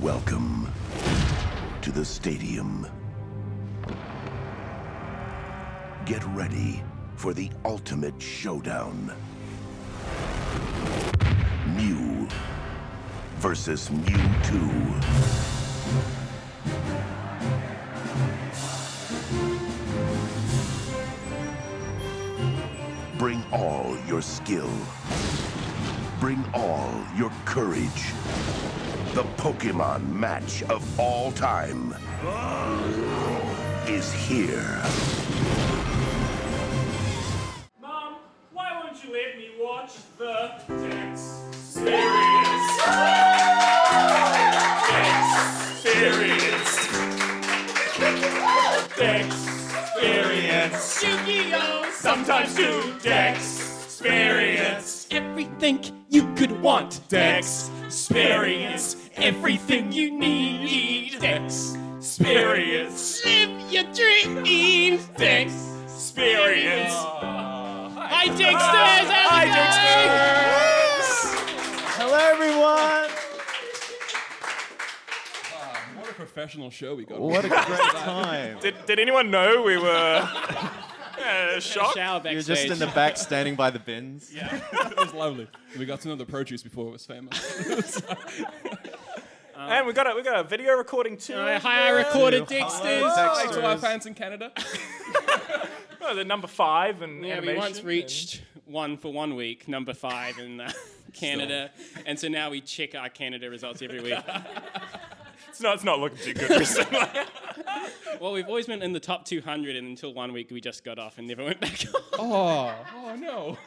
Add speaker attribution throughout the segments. Speaker 1: Welcome to the stadium. Get ready for the ultimate showdown. Mew versus Mewtwo. Bring all your skill. Bring all your courage. The Pokemon match of all time is here.
Speaker 2: Mom, why won't you let me watch the Dex Series? Dex Series. Dex Experience. Yu-Gi-Oh! Sometimes do Dex Experience. Everything you could want. Dex Experience. Everything you need. Dex Experience. Live your dreams. Dex Experience. Hi, Dexters! Hi, Dexters!
Speaker 3: Hello, everyone.
Speaker 4: What a professional show we got.
Speaker 3: What a great time.
Speaker 5: Did, did anyone know we were uh, shocked?
Speaker 2: Shower
Speaker 3: You're just in the back standing by the bins.
Speaker 4: It was lovely. We got to know the produce before it was famous.
Speaker 5: And we got a, we got a video recording too.
Speaker 2: hi, I recorded Dexters.
Speaker 4: Thanks to our fans in Canada.
Speaker 5: Oh, the number five and
Speaker 2: Yeah, we
Speaker 5: animation.
Speaker 2: once reached one for one week, number five in uh, Canada, and so now we check our Canada results every week.
Speaker 5: It's not, it's not looking too good. recently.
Speaker 2: well, we've always been in the top 200, and until one week we just got off and never went back on.
Speaker 4: Oh, oh no.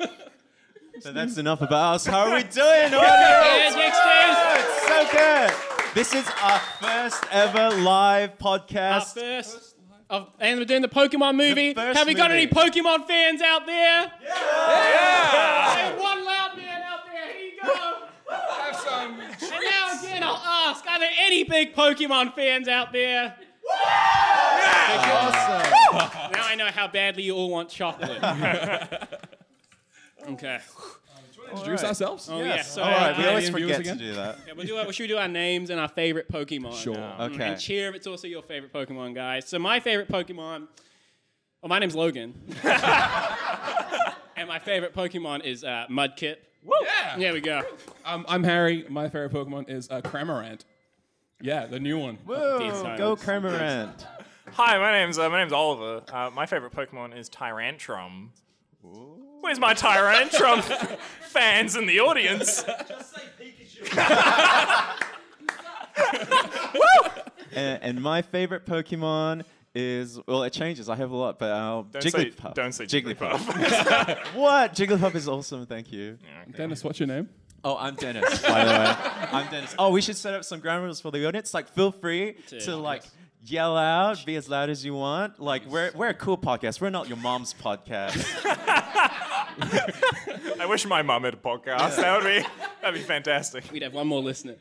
Speaker 3: So that's enough about us. How are we doing, audience?
Speaker 2: Yeah, Dexters!
Speaker 3: It's so good. This is our first ever live
Speaker 2: Our
Speaker 3: podcast.
Speaker 2: first. Of, and we're doing the Pokemon movie.
Speaker 3: first
Speaker 2: Have we got
Speaker 3: movie.
Speaker 2: any Pokemon fans out there? Yeah! Hey, one loud man out there. Here you go.
Speaker 4: Have some.
Speaker 2: And now again, I'll ask: Are there any big Pokemon fans out there?
Speaker 3: Awesome.
Speaker 2: Now I know how badly you all want chocolate. okay.
Speaker 4: Introduce ourselves.
Speaker 2: Oh yeah. so
Speaker 3: All right, we
Speaker 2: uh,
Speaker 3: always
Speaker 4: Canadian viewers
Speaker 3: forget to
Speaker 4: again?
Speaker 3: do that.
Speaker 2: yeah, we'll do our, should we do our names and our favorite Pokemon?
Speaker 4: Sure.
Speaker 2: Um,
Speaker 3: Okay.
Speaker 2: And cheer if it's also your favorite Pokemon, guys. So my favorite Pokemon. Well, my name's Logan. and my favorite Pokemon is uh, Mudkip.
Speaker 4: Yeah.
Speaker 2: There we go.
Speaker 4: Um, I'm Harry. My favorite Pokemon is uh, Cramorant. Yeah, the new one.
Speaker 3: Whoa, go
Speaker 2: silence.
Speaker 3: Cramorant.
Speaker 5: hi, my name's uh, my name's Oliver. Uh, my favorite Pokemon is Tyrantrum. Where's my Tyrantrum fans in the audience?
Speaker 3: And, and my favorite Pokemon is well, it changes. I have a lot, but uh,
Speaker 5: Don't say-
Speaker 3: Jigglypuff.
Speaker 5: don't say
Speaker 3: what? Jigglypuff is awesome. Thank you.
Speaker 4: Dennis, what's your name?
Speaker 3: Oh, I'm Dennis, by the way. I'm Dennis. Oh, we should set up some ground rules for the audience. Like, feel free to like yell out, be as loud as you want. Like, we're we're a cool podcast. We're not your mom's podcast.
Speaker 5: I wish my mum had a podcast. That would be that'd be fantastic.
Speaker 2: We'd have one more listener.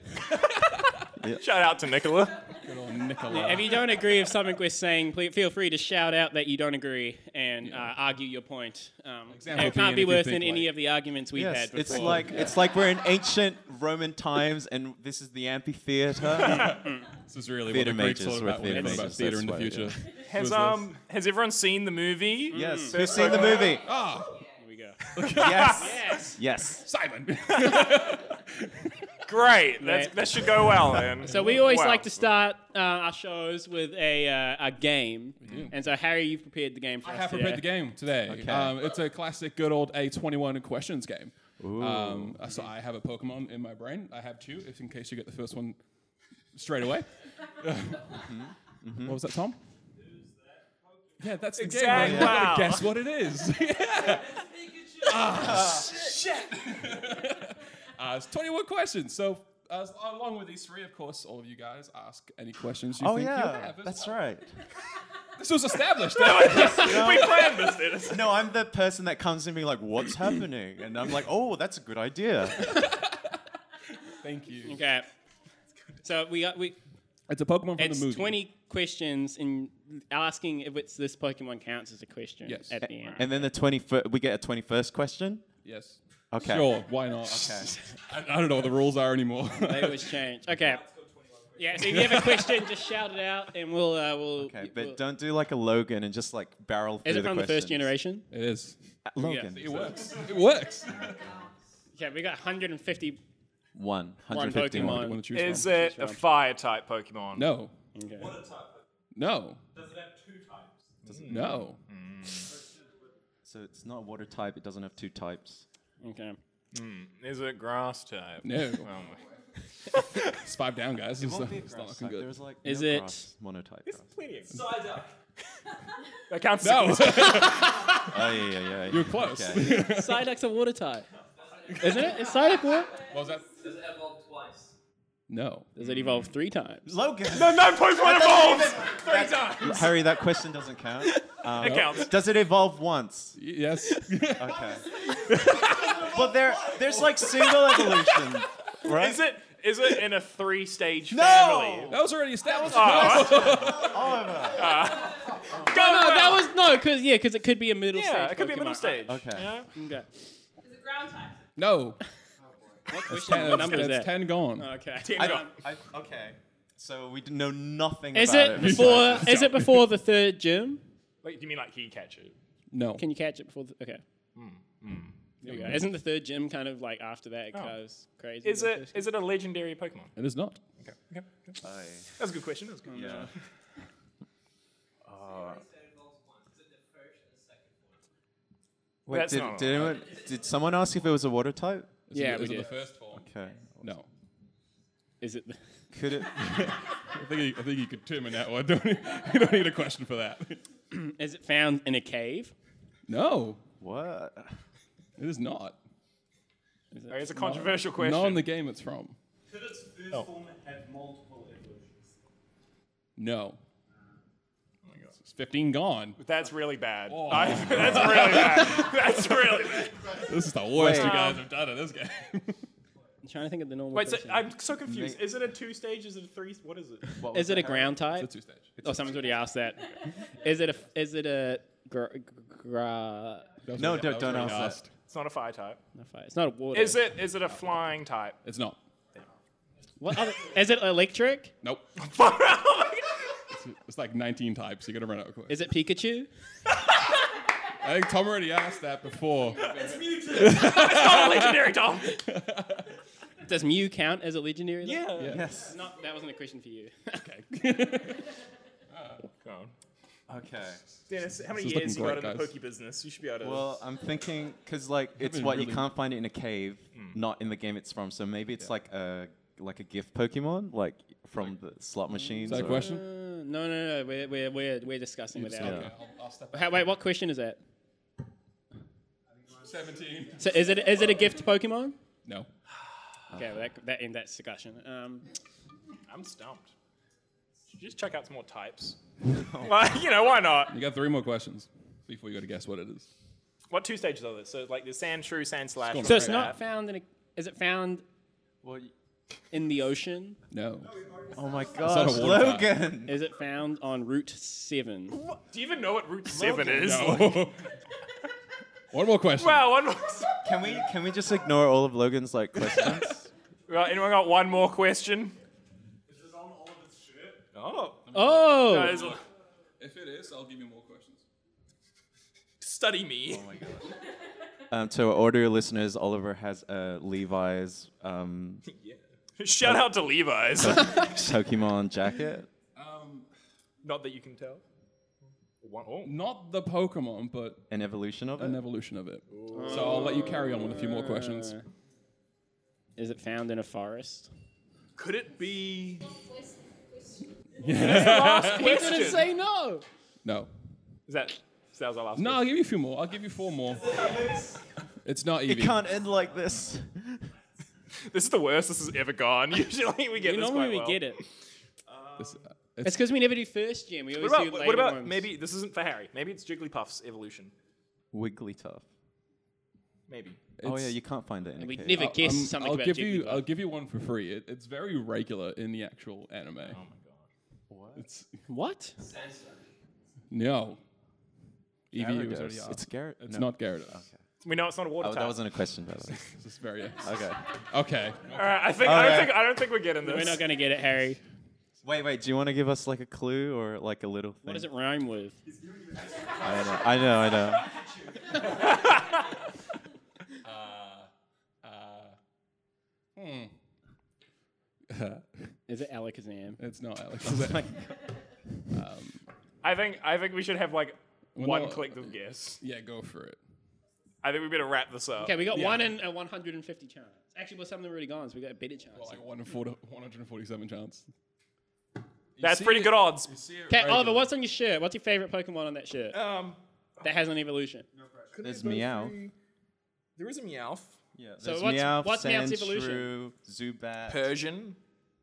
Speaker 5: Shout out to Nicola.
Speaker 4: Good old Nicola.
Speaker 2: If you don't agree with something we're saying, please feel free to shout out that you don't agree and uh, argue your point. Um,
Speaker 4: Example
Speaker 2: it can't
Speaker 4: opinion
Speaker 2: be
Speaker 4: if you
Speaker 2: worse than
Speaker 4: think
Speaker 2: any
Speaker 4: like-
Speaker 2: of the arguments we've
Speaker 3: yes,
Speaker 2: had before.
Speaker 3: it's like it's like we're in ancient Roman times, and this is the amphitheater.
Speaker 4: this is really what
Speaker 3: Theatre
Speaker 4: the Greeks
Speaker 3: majors
Speaker 4: thought
Speaker 3: were
Speaker 4: about when they
Speaker 3: theatre
Speaker 4: thought
Speaker 3: majors,
Speaker 4: about theater in the
Speaker 3: that's why,
Speaker 4: future.
Speaker 5: Has um has everyone seen the movie?
Speaker 3: yes, who's seen the movie?
Speaker 2: Mm-hmm.
Speaker 4: Ah.
Speaker 2: Here we go.
Speaker 3: Yes,
Speaker 2: Yes.
Speaker 3: yes.
Speaker 4: Simon.
Speaker 5: Great. That's,
Speaker 2: Right.
Speaker 5: that should go well then.
Speaker 2: So we always
Speaker 5: Wow.
Speaker 2: like to start uh, our shows with a uh, a game, and so Harry, you've prepared the game for
Speaker 4: I
Speaker 2: us
Speaker 4: have
Speaker 2: today.
Speaker 4: prepared the game today.
Speaker 3: Okay.
Speaker 4: Um, it's a classic, good old A21 questions game. Um, uh, so I have a Pokemon in my brain. I have two, if in case you get the first one straight away. What was that, Tom? Yeah, that's the
Speaker 5: Exact-
Speaker 4: game. I
Speaker 5: wow.
Speaker 4: guess what it is. yeah. Ah, shit. uh, it's 21 questions. So. Uh, along with these three, of course, all of you guys ask any questions you
Speaker 3: Oh
Speaker 4: think you
Speaker 3: yeah,
Speaker 4: have. as
Speaker 3: that's
Speaker 4: well.
Speaker 3: right.
Speaker 4: This was established.
Speaker 5: we planned this, Dennis.
Speaker 3: No, I'm the person that comes in being like, "What's happening?" And I'm like, "Oh, that's a good idea."
Speaker 4: Thank you.
Speaker 2: Okay. So we got we.
Speaker 4: It's a Pokemon from
Speaker 2: It's
Speaker 4: the movie.
Speaker 2: twenty questions, and asking if it's this Pokemon counts as a question
Speaker 4: Yes.
Speaker 2: at the end.
Speaker 3: And then the 21st, we get a 21st question.
Speaker 4: Yes.
Speaker 3: Okay.
Speaker 4: Sure, why not? Okay. I, I don't know what the rules are anymore.
Speaker 2: They always change. Okay. Yeah, so if you have a question, just shout it out and we'll. Uh, we'll
Speaker 3: Okay,
Speaker 2: we'll-
Speaker 3: but don't do like a Logan and just like barrel through
Speaker 2: Is it from the
Speaker 3: questions.
Speaker 2: first generation?
Speaker 4: It is.
Speaker 3: Uh, Logan.
Speaker 4: It works. It works.
Speaker 2: Yeah, we got 150.
Speaker 3: One.
Speaker 2: One
Speaker 3: 151.
Speaker 2: Pokemon.
Speaker 4: Wanna choose
Speaker 5: Is
Speaker 4: one?
Speaker 5: it a fire type Pokemon?
Speaker 4: No.
Speaker 2: Okay.
Speaker 4: No.
Speaker 6: Does it have two types?
Speaker 4: No.
Speaker 3: So it's not a water type. It doesn't have two types.
Speaker 2: okay.
Speaker 5: Is it grass type?
Speaker 4: No.
Speaker 5: Oh my-
Speaker 4: It's five down, guys. It's, uh, it's not looking
Speaker 3: Like,
Speaker 4: good.
Speaker 3: there's like
Speaker 2: Is
Speaker 3: no
Speaker 2: it-
Speaker 3: grass monotype? grass.
Speaker 6: Psyduck.
Speaker 5: That counts. as a
Speaker 4: No.
Speaker 3: Oh yeah, yeah, yeah.
Speaker 4: You're close.
Speaker 3: Okay.
Speaker 2: Psyduck's a water type. Isn't it? Is Psyduck water?
Speaker 4: What was that?
Speaker 6: Does it evolve twice?
Speaker 4: No.
Speaker 2: Does it evolve three times?
Speaker 3: Logan.
Speaker 5: No, no Pokemon evolves three times.
Speaker 3: Harry, that question doesn't count.
Speaker 5: It counts.
Speaker 3: Does it evolve once?
Speaker 4: Y- Yes.
Speaker 3: Okay. but there, there's like single evolution, right?
Speaker 5: Is it? Is it in a three-stage family? Ah,
Speaker 4: That was already established.
Speaker 5: Go
Speaker 2: No,
Speaker 5: well.
Speaker 2: that was no, because yeah, because it could be a middle stage.
Speaker 5: yeah. It could be a middle
Speaker 2: Pokemon.
Speaker 5: stage.
Speaker 3: Okay.
Speaker 5: you know?
Speaker 2: Okay.
Speaker 6: Is it ground type?
Speaker 4: No.
Speaker 2: Which
Speaker 4: Ten,
Speaker 2: number is that?
Speaker 4: that's ten gone.
Speaker 2: Okay.
Speaker 3: I, I, okay. So we d- know nothing
Speaker 2: Is
Speaker 3: about
Speaker 2: it
Speaker 3: it.
Speaker 2: before? Is it before the third gym?
Speaker 5: Wait, do you mean like he catch it?
Speaker 4: no.
Speaker 2: Can you catch it before? The, okay.
Speaker 5: Hmm,
Speaker 2: There we go. Isn't the third gym kind of like after that? It goes crazy.
Speaker 5: Oh. Is it? Is it a legendary Pokemon?
Speaker 4: It is not.
Speaker 5: Okay. okay.
Speaker 3: Oh,
Speaker 5: That was a good question. That was a good.
Speaker 3: yeah. Uh,
Speaker 6: So it evolves once. Is it the first and the second one?
Speaker 3: Wait,
Speaker 5: That's
Speaker 3: did,
Speaker 5: not-
Speaker 3: did, anyone, did someone ask if it was a water type?
Speaker 2: Yeah,
Speaker 4: Is
Speaker 2: we
Speaker 4: it the
Speaker 2: did.
Speaker 4: first form?
Speaker 3: Okay.
Speaker 4: No.
Speaker 2: Is it?
Speaker 3: Could it?
Speaker 4: I think you, I think you could determine that one. Don't need, you don't need a question for that.
Speaker 2: Is it found in a cave?
Speaker 4: No.
Speaker 3: What?
Speaker 4: It is not.
Speaker 5: Okay, It's a controversial question.
Speaker 4: Not in the game it's from.
Speaker 6: Could its first
Speaker 4: Oh.
Speaker 6: form have multiple evolutions?
Speaker 4: No. It's 15 gone.
Speaker 5: That's really bad.
Speaker 4: Oh.
Speaker 5: I- that's really bad. That's really bad.
Speaker 4: This is the worst you
Speaker 3: Wait.
Speaker 4: guys have done in this game.
Speaker 2: I'm trying to think of the normal.
Speaker 5: Wait, so,
Speaker 2: question.
Speaker 5: I'm so confused. Is it a two stage? Is it a three? What is it?
Speaker 3: What was
Speaker 2: is it a ground
Speaker 4: it's a
Speaker 2: type?
Speaker 4: two stage.
Speaker 2: Oh, someone's already asked that. Is it a? Is it a? Gra- gra-
Speaker 3: No, don't- don't ask that.
Speaker 5: It's not a fire type.
Speaker 2: no, fire- it's not a water.
Speaker 5: Is it? Is it a flying type?
Speaker 4: It's not.
Speaker 2: What other, is it electric?
Speaker 4: Nope.
Speaker 5: Far out.
Speaker 4: It's, it's like 19 types. You're going to run out quick.
Speaker 2: Is it Pikachu?
Speaker 4: I think Tom already asked that before.
Speaker 5: not a legendary Tom.
Speaker 2: Does Mew count as a legendary? though?
Speaker 5: Yeah.
Speaker 3: Yes.
Speaker 2: Not, that wasn't a question for you. okay.
Speaker 3: Okay.
Speaker 5: Dennis, how many years you
Speaker 4: This is looking
Speaker 5: got in
Speaker 4: great,
Speaker 5: the
Speaker 4: guys.
Speaker 5: Poke business? You should be able to.
Speaker 3: Well, I'm thinking because like it's
Speaker 4: been
Speaker 3: what
Speaker 4: really- Hmm.
Speaker 3: you can't find it in a cave, not in the game it's from. So maybe it's like a like a gift Pokemon, like from the slot machines.
Speaker 4: Hmm. Is that a
Speaker 3: or-
Speaker 4: question?
Speaker 2: No, no, no. We're we're we're, we're discussing without.
Speaker 3: Yeah.
Speaker 4: Okay, I'll, I'll step
Speaker 2: How- wait, what question is that?
Speaker 4: 17.
Speaker 2: So is it is it a gift Pokemon?
Speaker 4: No.
Speaker 2: Okay, well that that ends that discussion. Um,
Speaker 5: I'm stumped. Should you just check out some more types. like, you know, why not?
Speaker 4: You got three more questions before you got to guess what it is.
Speaker 5: What two stages are there? So, like, there's Sand Shrew, Sand Slash.
Speaker 4: It's
Speaker 2: so it's
Speaker 5: Rotom.
Speaker 2: not found in a. Is it found
Speaker 3: Well, y-
Speaker 2: in the ocean?
Speaker 4: No.
Speaker 3: oh my
Speaker 4: a
Speaker 3: gosh,
Speaker 4: water type.
Speaker 3: Logan!
Speaker 2: Is it found on Route Seven?
Speaker 5: What? Do you even know what Route 7 is?
Speaker 4: No. One more question.
Speaker 5: Wow, one more.
Speaker 3: Can we can we just ignore all of Logan's like questions?
Speaker 5: Right, anyone got one more question?
Speaker 6: Is it on Oliver's shirt?
Speaker 5: Oh.
Speaker 2: Oh,
Speaker 5: Guys,
Speaker 4: If it is, I'll give you more questions.
Speaker 5: study me.
Speaker 3: um, to our audio listeners, Oliver has a Levi's um,
Speaker 5: Shout out to Levi's.
Speaker 3: Pokemon jacket.
Speaker 4: Um,
Speaker 5: not that you can tell. One, oh.
Speaker 4: not the Pokemon, but
Speaker 3: An evolution of it.
Speaker 4: an evolution of it. So I'll let you carry on with a few more questions.
Speaker 2: is it found in a forest?
Speaker 5: Could it be.
Speaker 2: He didn't say no.
Speaker 4: No.
Speaker 5: Is that. so That was our last
Speaker 4: No, I'll give you a few more. I'll give you four more. It's not
Speaker 3: it
Speaker 4: Eevee.
Speaker 3: can't end like this.
Speaker 5: This is the worst this has ever gone. Usually we get this quite
Speaker 2: Normally we
Speaker 5: well. Um,
Speaker 2: get it.
Speaker 4: It's,
Speaker 2: It's because we never do first gym. We always
Speaker 5: What about,
Speaker 2: do
Speaker 5: what
Speaker 2: later
Speaker 5: about
Speaker 2: ones.
Speaker 5: maybe this isn't for Harry? Maybe it's Jigglypuff's evolution.
Speaker 3: Wigglytuff.
Speaker 5: Maybe.
Speaker 3: Oh yeah, you can't find it in a
Speaker 2: We
Speaker 3: cave.
Speaker 2: never
Speaker 4: I'll-
Speaker 2: guess
Speaker 4: um,
Speaker 2: something
Speaker 4: I'll
Speaker 2: about
Speaker 4: give you.
Speaker 2: Jigglypuff.
Speaker 4: I'll give you one for free. It, it's very regular in the actual anime. It's
Speaker 2: What?
Speaker 4: no. Eevee was already
Speaker 3: Gyarados.
Speaker 4: asked.
Speaker 3: It's Garrett.
Speaker 4: It's not Gyarados.
Speaker 5: We know it's not a water
Speaker 3: Oh,
Speaker 5: type.
Speaker 3: that wasn't a question, by the way.
Speaker 4: This is very
Speaker 3: Okay.
Speaker 4: okay.
Speaker 5: All right, I think I don't
Speaker 3: Okay.
Speaker 4: Oh,
Speaker 5: think I don't think we're getting this.
Speaker 2: We're not going to get it, Harry.
Speaker 3: Wait, wait. Do you want to give us like a clue or like a little thing?
Speaker 2: What does it rhyme with?
Speaker 3: I know, I know, I know.
Speaker 2: Is it Alakazam?
Speaker 4: It's not Alex. Is it?
Speaker 5: I think I think we should have like
Speaker 4: We're
Speaker 5: one
Speaker 4: not-
Speaker 5: collective guess.
Speaker 4: Yeah, go for it.
Speaker 5: I think we better wrap this up.
Speaker 2: Okay, we got one in a 150 chance. Actually, well, some of them already gone, so we got a better chance.
Speaker 4: Like one in 40 147 chance.
Speaker 5: That's
Speaker 4: see
Speaker 5: pretty
Speaker 4: it-
Speaker 5: good odds.
Speaker 2: okay, Oliver, what's on your shirt? What's your favorite Pokemon on that shirt
Speaker 5: Um,
Speaker 2: that has an evolution?
Speaker 3: There's Meow.
Speaker 5: there is a Meowth,
Speaker 3: Yeah,
Speaker 2: So
Speaker 3: there's
Speaker 2: what's-
Speaker 3: Meowth,
Speaker 2: what's Meowth's
Speaker 3: Sandshrew, Zubat,
Speaker 5: Persian.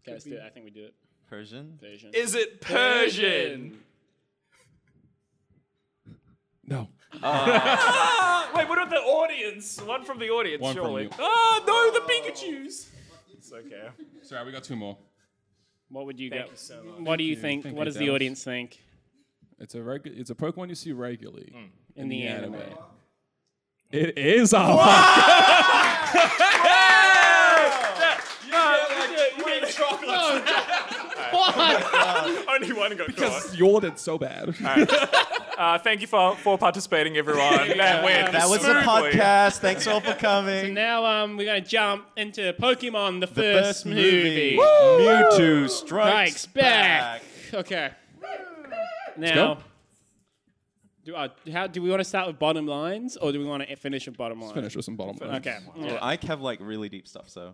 Speaker 2: Okay, let's do it. I think we do it.
Speaker 3: Persian.
Speaker 2: Version.
Speaker 5: Is it Persian?
Speaker 4: No.
Speaker 5: Ah, wait, what about the audience? One from the audience,
Speaker 4: One from
Speaker 5: surely.
Speaker 4: you.
Speaker 5: Ah, no, the Pikachu's. It's okay.
Speaker 4: Sorry, we got two more.
Speaker 2: What would you
Speaker 5: Thank
Speaker 2: go?
Speaker 5: you so much.
Speaker 2: What do you think?
Speaker 4: Thank
Speaker 2: What
Speaker 4: you,
Speaker 2: does the
Speaker 4: Dallas.
Speaker 2: audience think
Speaker 4: It's a regu- It's a Pokemon you see regularly
Speaker 2: in, the, anime?
Speaker 4: It is our.
Speaker 5: Ah, Only one got caught.
Speaker 4: Because you ordered so bad.
Speaker 5: Uh, thank you for, for participating, everyone. That went
Speaker 3: That was a
Speaker 5: smoothly.
Speaker 3: podcast. Thanks all for coming.
Speaker 2: Now um, we're gonna jump into Pokemon: The,
Speaker 3: The
Speaker 2: first, movie.
Speaker 3: Mewtwo strikes
Speaker 2: Strikes
Speaker 3: back.
Speaker 2: back. Okay. Now,
Speaker 4: go.
Speaker 2: do I, how do we want to start with bottom lines, or do we want to finish with bottom lines?
Speaker 4: Finish with some bottom. lines.
Speaker 2: Okay.
Speaker 3: Well, I have like really deep stuff, so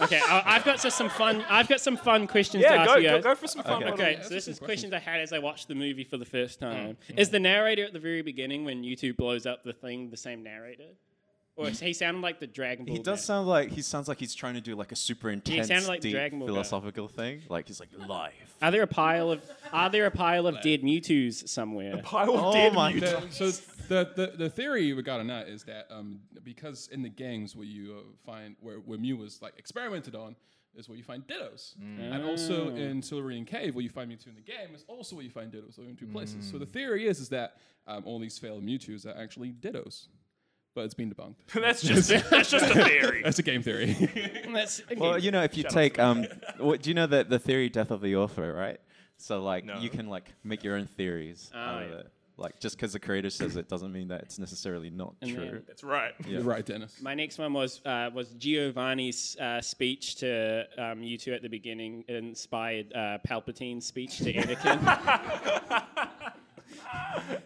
Speaker 2: Okay. I, I've got just some fun. I've got some fun questions to
Speaker 5: Yeah,
Speaker 2: ask
Speaker 5: go,
Speaker 2: you
Speaker 5: go,
Speaker 2: guys.
Speaker 5: go for some fun.
Speaker 3: Okay.
Speaker 5: little-
Speaker 2: Okay, so this is questions I had as I watched the movie for the first time. Is the narrator at the very beginning when you two blows up the thing the same narrator? Or is he sounded like the Dragon Ball
Speaker 3: he does
Speaker 2: guy?
Speaker 3: sound like he sounds like he's trying to do like a super intense,
Speaker 2: sounded like the
Speaker 3: deep
Speaker 2: Dragon Ball guy.
Speaker 3: philosophical thing. Like he's like life.
Speaker 2: Are there a pile of Are there a pile of dead Mewtwo's somewhere?
Speaker 5: Pile of
Speaker 3: Oh
Speaker 5: dead
Speaker 3: my
Speaker 5: mute-
Speaker 4: The- so the, the the theory regarding that is that um, because in the games where you uh, find where where Mew was like experimented on is where you find Dittos, and
Speaker 2: Mm.
Speaker 4: also in Silurian Cave where you find Mewtwo in the game is also where you find Dittos. So in two places.
Speaker 2: Mm.
Speaker 4: So the theory is is that um, all these failed Mewtwo's are actually Dittos, but it's been debunked.
Speaker 5: That's just that's just a theory.
Speaker 4: That's a game theory.
Speaker 2: That's-
Speaker 3: Well, you know, if you take um, what, do you know that the theory death of the author, right? So like
Speaker 5: No.
Speaker 3: you can like make your own theories out of
Speaker 2: Ah, yeah.
Speaker 3: it. Like just because the creator says it doesn't mean that it's necessarily not
Speaker 2: And
Speaker 3: true.
Speaker 2: then-
Speaker 5: That's right.
Speaker 4: You're right, Dennis.
Speaker 2: My next one was uh, was Giovanni's uh, speech to um, you two at the beginning inspired uh, Palpatine's speech to Anakin.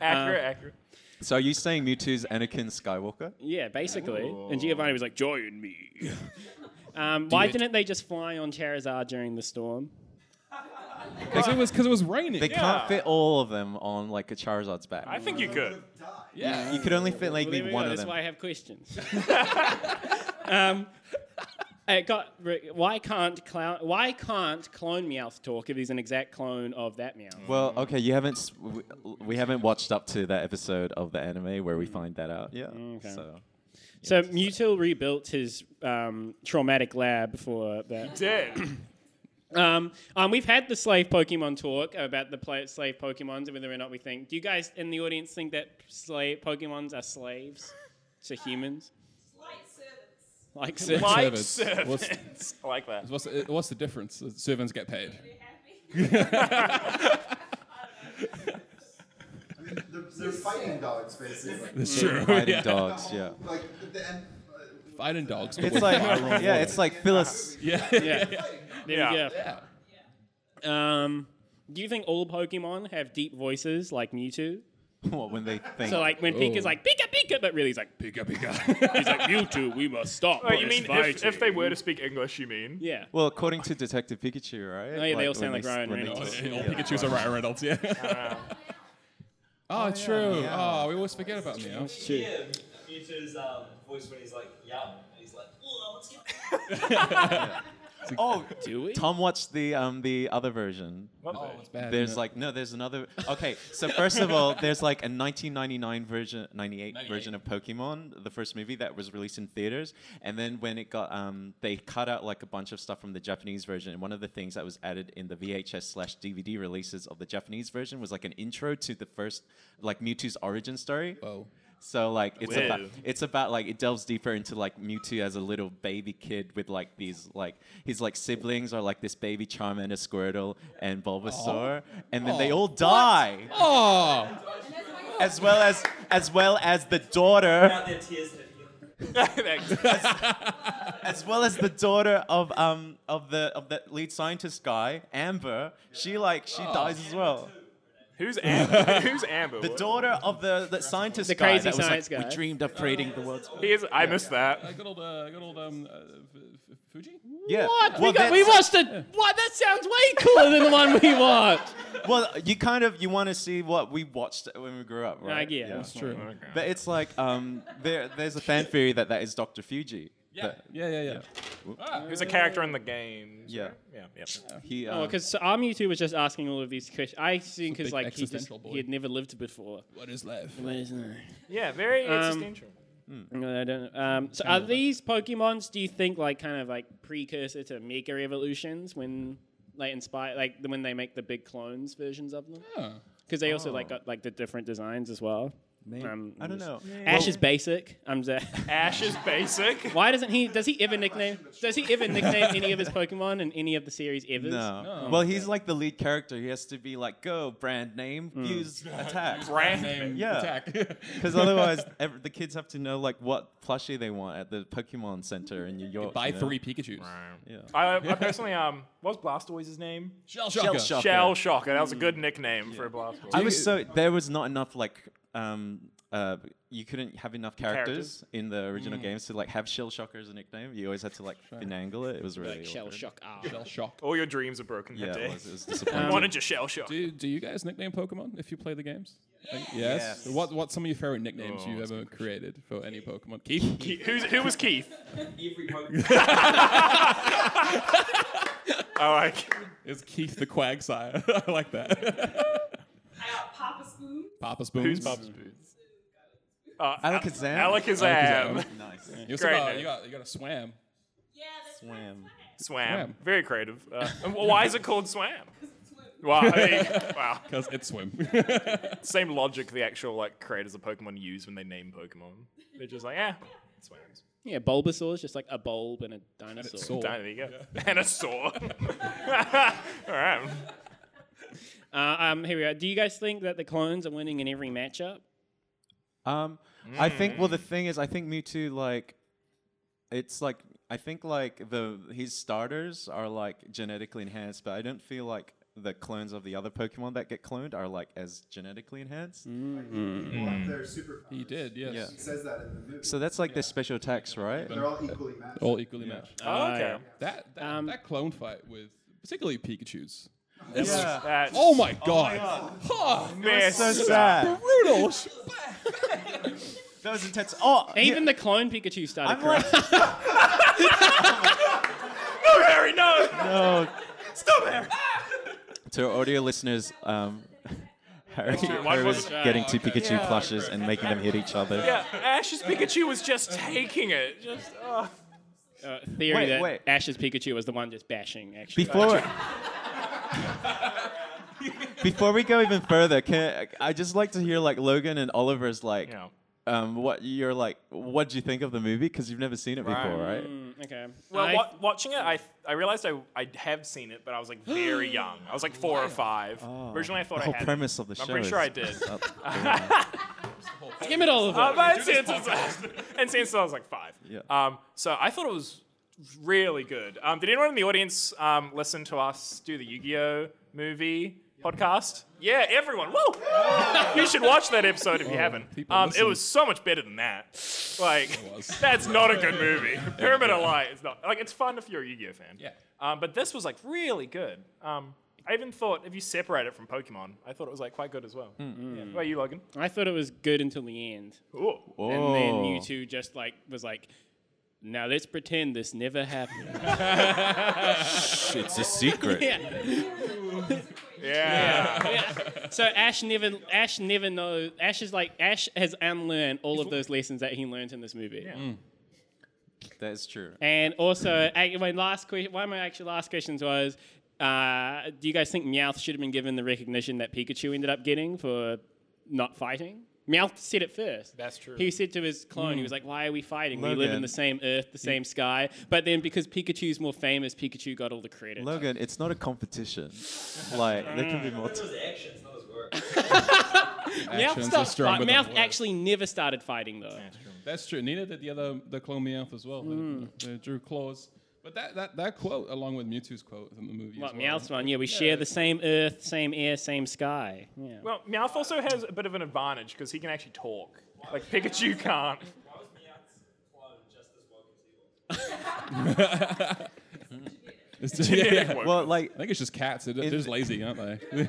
Speaker 5: Accurate, accurate.
Speaker 3: So are you saying Mewtwo's Anakin Skywalker?
Speaker 2: yeah, basically. And Giovanni was like, "Join me." um, why
Speaker 4: it.
Speaker 2: didn't they just fly on Charizard during the storm?
Speaker 4: Because it was because it was raining.
Speaker 3: They can't fit all of them on like a Charizard's back.
Speaker 5: I think you could.
Speaker 4: yeah.
Speaker 3: you could only fit like
Speaker 2: Well, there
Speaker 3: maybe
Speaker 2: we
Speaker 3: one
Speaker 2: go.
Speaker 3: of
Speaker 2: That's
Speaker 3: them.
Speaker 2: why I have questions. um, it got, re- why can't clown, why can't clone Meowth talk if he's an exact clone of that Meowth?
Speaker 3: Well, okay, you haven't s- we, we haven't watched up to that episode of the anime where we
Speaker 2: Mm.
Speaker 3: find that out. Yeah. So
Speaker 2: so Mewtwo rebuilt his um, traumatic lab for that.
Speaker 5: Dead.
Speaker 2: Um, um, we've had the slave Pokemon talk about the pla slave Pokemons and whether or not we think. Do you guys in the audience think that slave Pokemons are slaves to humans? Like servants.
Speaker 5: Like
Speaker 4: Servants. What's-
Speaker 5: servants. I like that.
Speaker 4: What's the, what's the difference? Servants get paid.
Speaker 7: They're, they're fighting dogs, basically.
Speaker 4: Sure.
Speaker 3: fighting dogs. Yeah.
Speaker 7: like, at the end, uh,
Speaker 4: Fighting dogs. but
Speaker 3: It's
Speaker 4: with
Speaker 3: like
Speaker 4: viral
Speaker 3: yeah,
Speaker 4: water.
Speaker 3: it's like Phyllis.
Speaker 2: There we
Speaker 5: Yeah.
Speaker 2: go. Um, do you think all Pokemon have deep voices like Mewtwo?
Speaker 3: What when they think?
Speaker 2: So like when Pika's like Pika Pika, but really he's like Pika Pika. he's like Mewtwo, we must stop.
Speaker 5: Wait, you
Speaker 2: this
Speaker 5: mean if, if they
Speaker 2: fighting."
Speaker 5: were to speak English, you mean?
Speaker 2: Yeah.
Speaker 3: well, according to Detective Pikachu, right?
Speaker 2: Oh, yeah, they all sound
Speaker 3: when
Speaker 2: like Ryan
Speaker 3: when they
Speaker 2: Reynolds.
Speaker 3: talk.
Speaker 4: All Pikachu's are Ryan Reynolds, yeah. oh, true. Oh, we always forget about me.
Speaker 6: Him, Mewtwo's um, voice when he's like young, and he's like, "Whoa, let's get."
Speaker 3: Oh,
Speaker 2: Do we?
Speaker 3: Tom watched the um the other version.
Speaker 4: Oh, it's bad.
Speaker 3: There's like no, there's another. Okay, so first of all, there's like a 1999 version, 98,
Speaker 4: 98.
Speaker 3: version of Pokemon, the first movie that was released in theaters, and then when it got, um, they cut out like a bunch of stuff from the Japanese version. And one of the things that was added in the VHS slash DVD releases of the Japanese version was like an intro to the first, like Mewtwo's origin story.
Speaker 4: Oh.
Speaker 3: So like it's
Speaker 5: Wow.
Speaker 3: about it's about like it delves deeper into like Mewtwo as a little baby kid with like these like his like siblings are like this baby Charmander, Squirtle, and Bulbasaur, and then they
Speaker 4: Aw.
Speaker 3: all die,
Speaker 4: Oh,
Speaker 3: as well as as well as the daughter,
Speaker 6: Out there, tears heavy.
Speaker 5: That-
Speaker 3: as well as the daughter of um of the of the lead scientist guy, Amber. She like she
Speaker 2: Oh.
Speaker 3: dies as well.
Speaker 5: who's Amber? who's Amber?
Speaker 3: The
Speaker 5: What?
Speaker 3: daughter of the, the scientist
Speaker 2: The
Speaker 3: guy
Speaker 2: crazy
Speaker 3: that was
Speaker 2: science
Speaker 3: like,
Speaker 2: guy.
Speaker 3: we dreamed of creating the world's
Speaker 5: He is, I missed
Speaker 4: uh,
Speaker 5: that.
Speaker 4: good old, uh, good old um, uh, F- F- Fuji.
Speaker 3: yeah.
Speaker 2: What?
Speaker 3: Well,
Speaker 2: we, got,
Speaker 3: that's-
Speaker 2: we watched a. What? That sounds way cooler than the one we watched.
Speaker 3: Well, you kind of you want to see what we watched when we grew up, right?
Speaker 2: Like, yeah. That's
Speaker 4: True.
Speaker 3: But it's like um, there, there's a fan theory that that is Dr. Fuji. Yeah.
Speaker 4: Yeah, yeah, yeah.
Speaker 5: Who's a character in the game?
Speaker 3: Yeah.
Speaker 5: Yeah. yeah.
Speaker 3: he. Um,
Speaker 2: Oh, because our Mewtwo was just asking all of these questions. I assume
Speaker 4: big
Speaker 2: because like he just
Speaker 4: existential boy.
Speaker 2: he had never lived before.
Speaker 4: What is life?
Speaker 2: What is that?
Speaker 5: Yeah. Very
Speaker 3: Um,
Speaker 5: existential.
Speaker 2: No, I don't know. Um, so are these Pokemons? Do you think like kind of like precursor to Mega Evolutions when like inspire like when they make the big clones versions of them?
Speaker 4: Huh.
Speaker 2: Because they also like got like the different designs as well. Um,
Speaker 3: I don't know.
Speaker 2: Ash is basic. I'm z-
Speaker 5: Ash is basic.
Speaker 2: Why doesn't he? Does he ever nickname? Does he ever nickname any of his Pokemon in any of the series ever?
Speaker 3: No. Well, he's like the lead character. He has to be like, go brand name, use attack,
Speaker 5: Brand.
Speaker 4: Name
Speaker 3: Yeah.
Speaker 4: attack.
Speaker 3: because otherwise ev the kids have to know like what plushie they want at the Pokemon Center in New York.
Speaker 4: Buy
Speaker 3: you know?
Speaker 4: three Pikachu's.
Speaker 3: Yeah.
Speaker 5: I, I personally um, what was Blastoise's name?
Speaker 4: Shell
Speaker 3: Shell
Speaker 4: Shocker.
Speaker 3: Shocker. Mm.
Speaker 5: Shell Shocker. That was a good nickname for a Blastoise.
Speaker 3: I was so there was not enough like um uh you couldn't have enough characters,
Speaker 5: Characters. Mm.
Speaker 3: in the original games to like have Shell Shocker as a nickname. You always had to like finagle it. It was really
Speaker 2: Like shell
Speaker 3: awkward.
Speaker 2: shock. Ah.
Speaker 4: Shell Shock.
Speaker 5: All your dreams are broken
Speaker 3: Yeah,
Speaker 5: that day.
Speaker 3: it was, it was disappointing.
Speaker 5: I wanted your Shell Shocker.
Speaker 4: Do, do you guys nickname Pokemon if you play the games? Yes. yes. What What's some of your favorite nicknames
Speaker 5: Oh,
Speaker 4: you've
Speaker 5: that's a
Speaker 4: ever created for any Pokemon? Keith.
Speaker 5: Keith- Who's, who was Keith?
Speaker 6: Every Pokemon.
Speaker 5: I like.
Speaker 4: It's Keith the Quagsire. I like that.
Speaker 8: I got Papa Spoon.
Speaker 4: Papa Spoons.
Speaker 5: Who's Papa Spoons? Uh,
Speaker 3: Alakazam.
Speaker 5: Alakazam.
Speaker 3: nice.
Speaker 4: You, also
Speaker 5: Great
Speaker 4: got,
Speaker 5: name.
Speaker 4: you, got, you got a Swam.
Speaker 8: Yeah, that's
Speaker 3: Swam.
Speaker 5: Swam.
Speaker 4: Swam.
Speaker 5: Very creative. Uh, and wh- why is it called Swam? Wow. I mean, wow.
Speaker 4: Because it's Swim.
Speaker 5: Same logic the actual like creators of Pokemon use when they name Pokemon. They're just like, eh, Swams.
Speaker 2: Yeah, Bulbasaur is just like a bulb and a dinosaur.
Speaker 4: Saw.
Speaker 5: Done, there you go. And a saw. All right.
Speaker 2: Uh, um, here we go. Do you guys think that the clones are winning in every matchup?
Speaker 3: Um, I think. Well, the
Speaker 5: Mm.
Speaker 3: thing is, I think Mewtwo like, it's like I think like the his starters are like genetically enhanced, but I don't feel like the clones of the other Pokemon that get cloned are like as genetically enhanced.
Speaker 5: Mm.
Speaker 7: They're super.
Speaker 4: he did, yes.
Speaker 3: Yeah.
Speaker 7: He says that in the movie.
Speaker 3: So that's like their special attacks, right?
Speaker 7: they're all equally matched.
Speaker 4: All equally matched.
Speaker 5: Oh, okay.
Speaker 4: That that,
Speaker 2: Um,
Speaker 4: that clone fight with particularly Pikachu's.
Speaker 3: Yeah.
Speaker 5: That's
Speaker 4: Oh my god.
Speaker 5: mess.
Speaker 3: So sad.
Speaker 4: Brutal.
Speaker 3: That was intense. Oh, yeah,
Speaker 2: Even the clone Pikachu started
Speaker 3: I'm
Speaker 2: crying.
Speaker 3: like,
Speaker 5: No, Harry, no.
Speaker 2: Oh.
Speaker 3: no.
Speaker 5: Stop it.
Speaker 3: To our audio listeners, um, Harry,
Speaker 5: Why
Speaker 3: Harry was
Speaker 5: wasn't-
Speaker 3: getting two Pikachu plushes and making them hit each other.
Speaker 5: Yeah, Ash's Pikachu was just taking it. Just oh.
Speaker 2: uh, theory
Speaker 3: Wait,
Speaker 2: that
Speaker 3: wait.
Speaker 2: Ash's Pikachu was the one just bashing. Actually,
Speaker 3: Before Before we go even further, can I just like to hear like Logan and Oliver's like
Speaker 5: Yeah.
Speaker 3: um what you're like what do you think of the movie cuz you've never seen it before, right?
Speaker 5: Mm.
Speaker 2: Um, okay.
Speaker 5: Well,
Speaker 2: I-
Speaker 5: wa- watching it, I I realized I I have seen it, but I was like very young. I was like four or five. Originally, I thought
Speaker 3: The
Speaker 5: I
Speaker 3: whole
Speaker 5: had.
Speaker 3: Oh. premise of the show.
Speaker 5: I'm pretty
Speaker 3: is-
Speaker 5: sure I did.
Speaker 3: Oh, yeah.
Speaker 2: Give it all of
Speaker 5: Uh,
Speaker 2: it.
Speaker 5: but since and since I was like five.
Speaker 3: Yeah.
Speaker 5: Um. So I thought it was really good. Um. Did anyone in the audience um listen to us do the Yu-Gi-Oh movie podcast? Yeah, everyone. Whoa! you should watch that episode if you haven't.
Speaker 4: Oh, people
Speaker 5: Um. It
Speaker 4: listen.
Speaker 5: was so much better than that. Like
Speaker 4: was.
Speaker 5: that's not a good movie. Pyramid of Light is not. Like it's fun if you're a Yu-Gi-Oh fan.
Speaker 4: Yeah.
Speaker 5: Um. But this was like really good. Um. I even thought if you separate it from Pokemon, I thought it was like quite good as well. Yeah. What about you, Logan?
Speaker 2: I thought it was good until the end,
Speaker 5: Ooh.
Speaker 2: and then
Speaker 3: Oh.
Speaker 2: Mewtwo just like was like, "Now let's pretend this never happened."
Speaker 3: it's a secret.
Speaker 2: yeah.
Speaker 5: Oh, Yeah.
Speaker 2: So Ash never, Ash never knows. Ash is like Ash has unlearned all of those lessons that he learned in this movie.
Speaker 3: That is true.
Speaker 2: And also, ac- my last question, one of my actual last questions was, uh, do you guys think Meowth should have been given the recognition that Pikachu ended up getting for not fighting? Meowth said it first.
Speaker 5: That's true.
Speaker 2: He said to his clone,
Speaker 4: Hmm.
Speaker 2: he was like, "Why are we fighting? We live
Speaker 3: Logan.
Speaker 2: in the same Earth, the same sky." But then, because Pikachu's more famous, Pikachu got all the credit.
Speaker 3: Logan, it's not a competition. Like there
Speaker 2: Mm.
Speaker 3: can be more.
Speaker 6: Those
Speaker 3: T-
Speaker 6: actions, those words.
Speaker 2: Meowth,
Speaker 4: Actions are
Speaker 2: stopped
Speaker 4: stronger
Speaker 2: fi-
Speaker 4: than
Speaker 2: Meowth
Speaker 4: words.
Speaker 2: actually never started fighting though.
Speaker 4: That's true. Neither did the other the clone Meowth as well. They-
Speaker 2: Mm.
Speaker 4: They, drew claws. But that, that, that quote, along with Mewtwo's quote from the movie,
Speaker 2: What
Speaker 4: as well,
Speaker 2: Meowth's one? Yeah, we share the same Earth, same air, same sky. Yeah.
Speaker 5: Well, Meowth also has a bit of an advantage because he can actually talk. Like Pikachu can't.
Speaker 6: Why was Meowth's clone just as woke as he was?
Speaker 4: It's just- yeah, yeah.
Speaker 3: well, like
Speaker 4: I think it's just cats. They're, they're just lazy, aren't they?
Speaker 3: in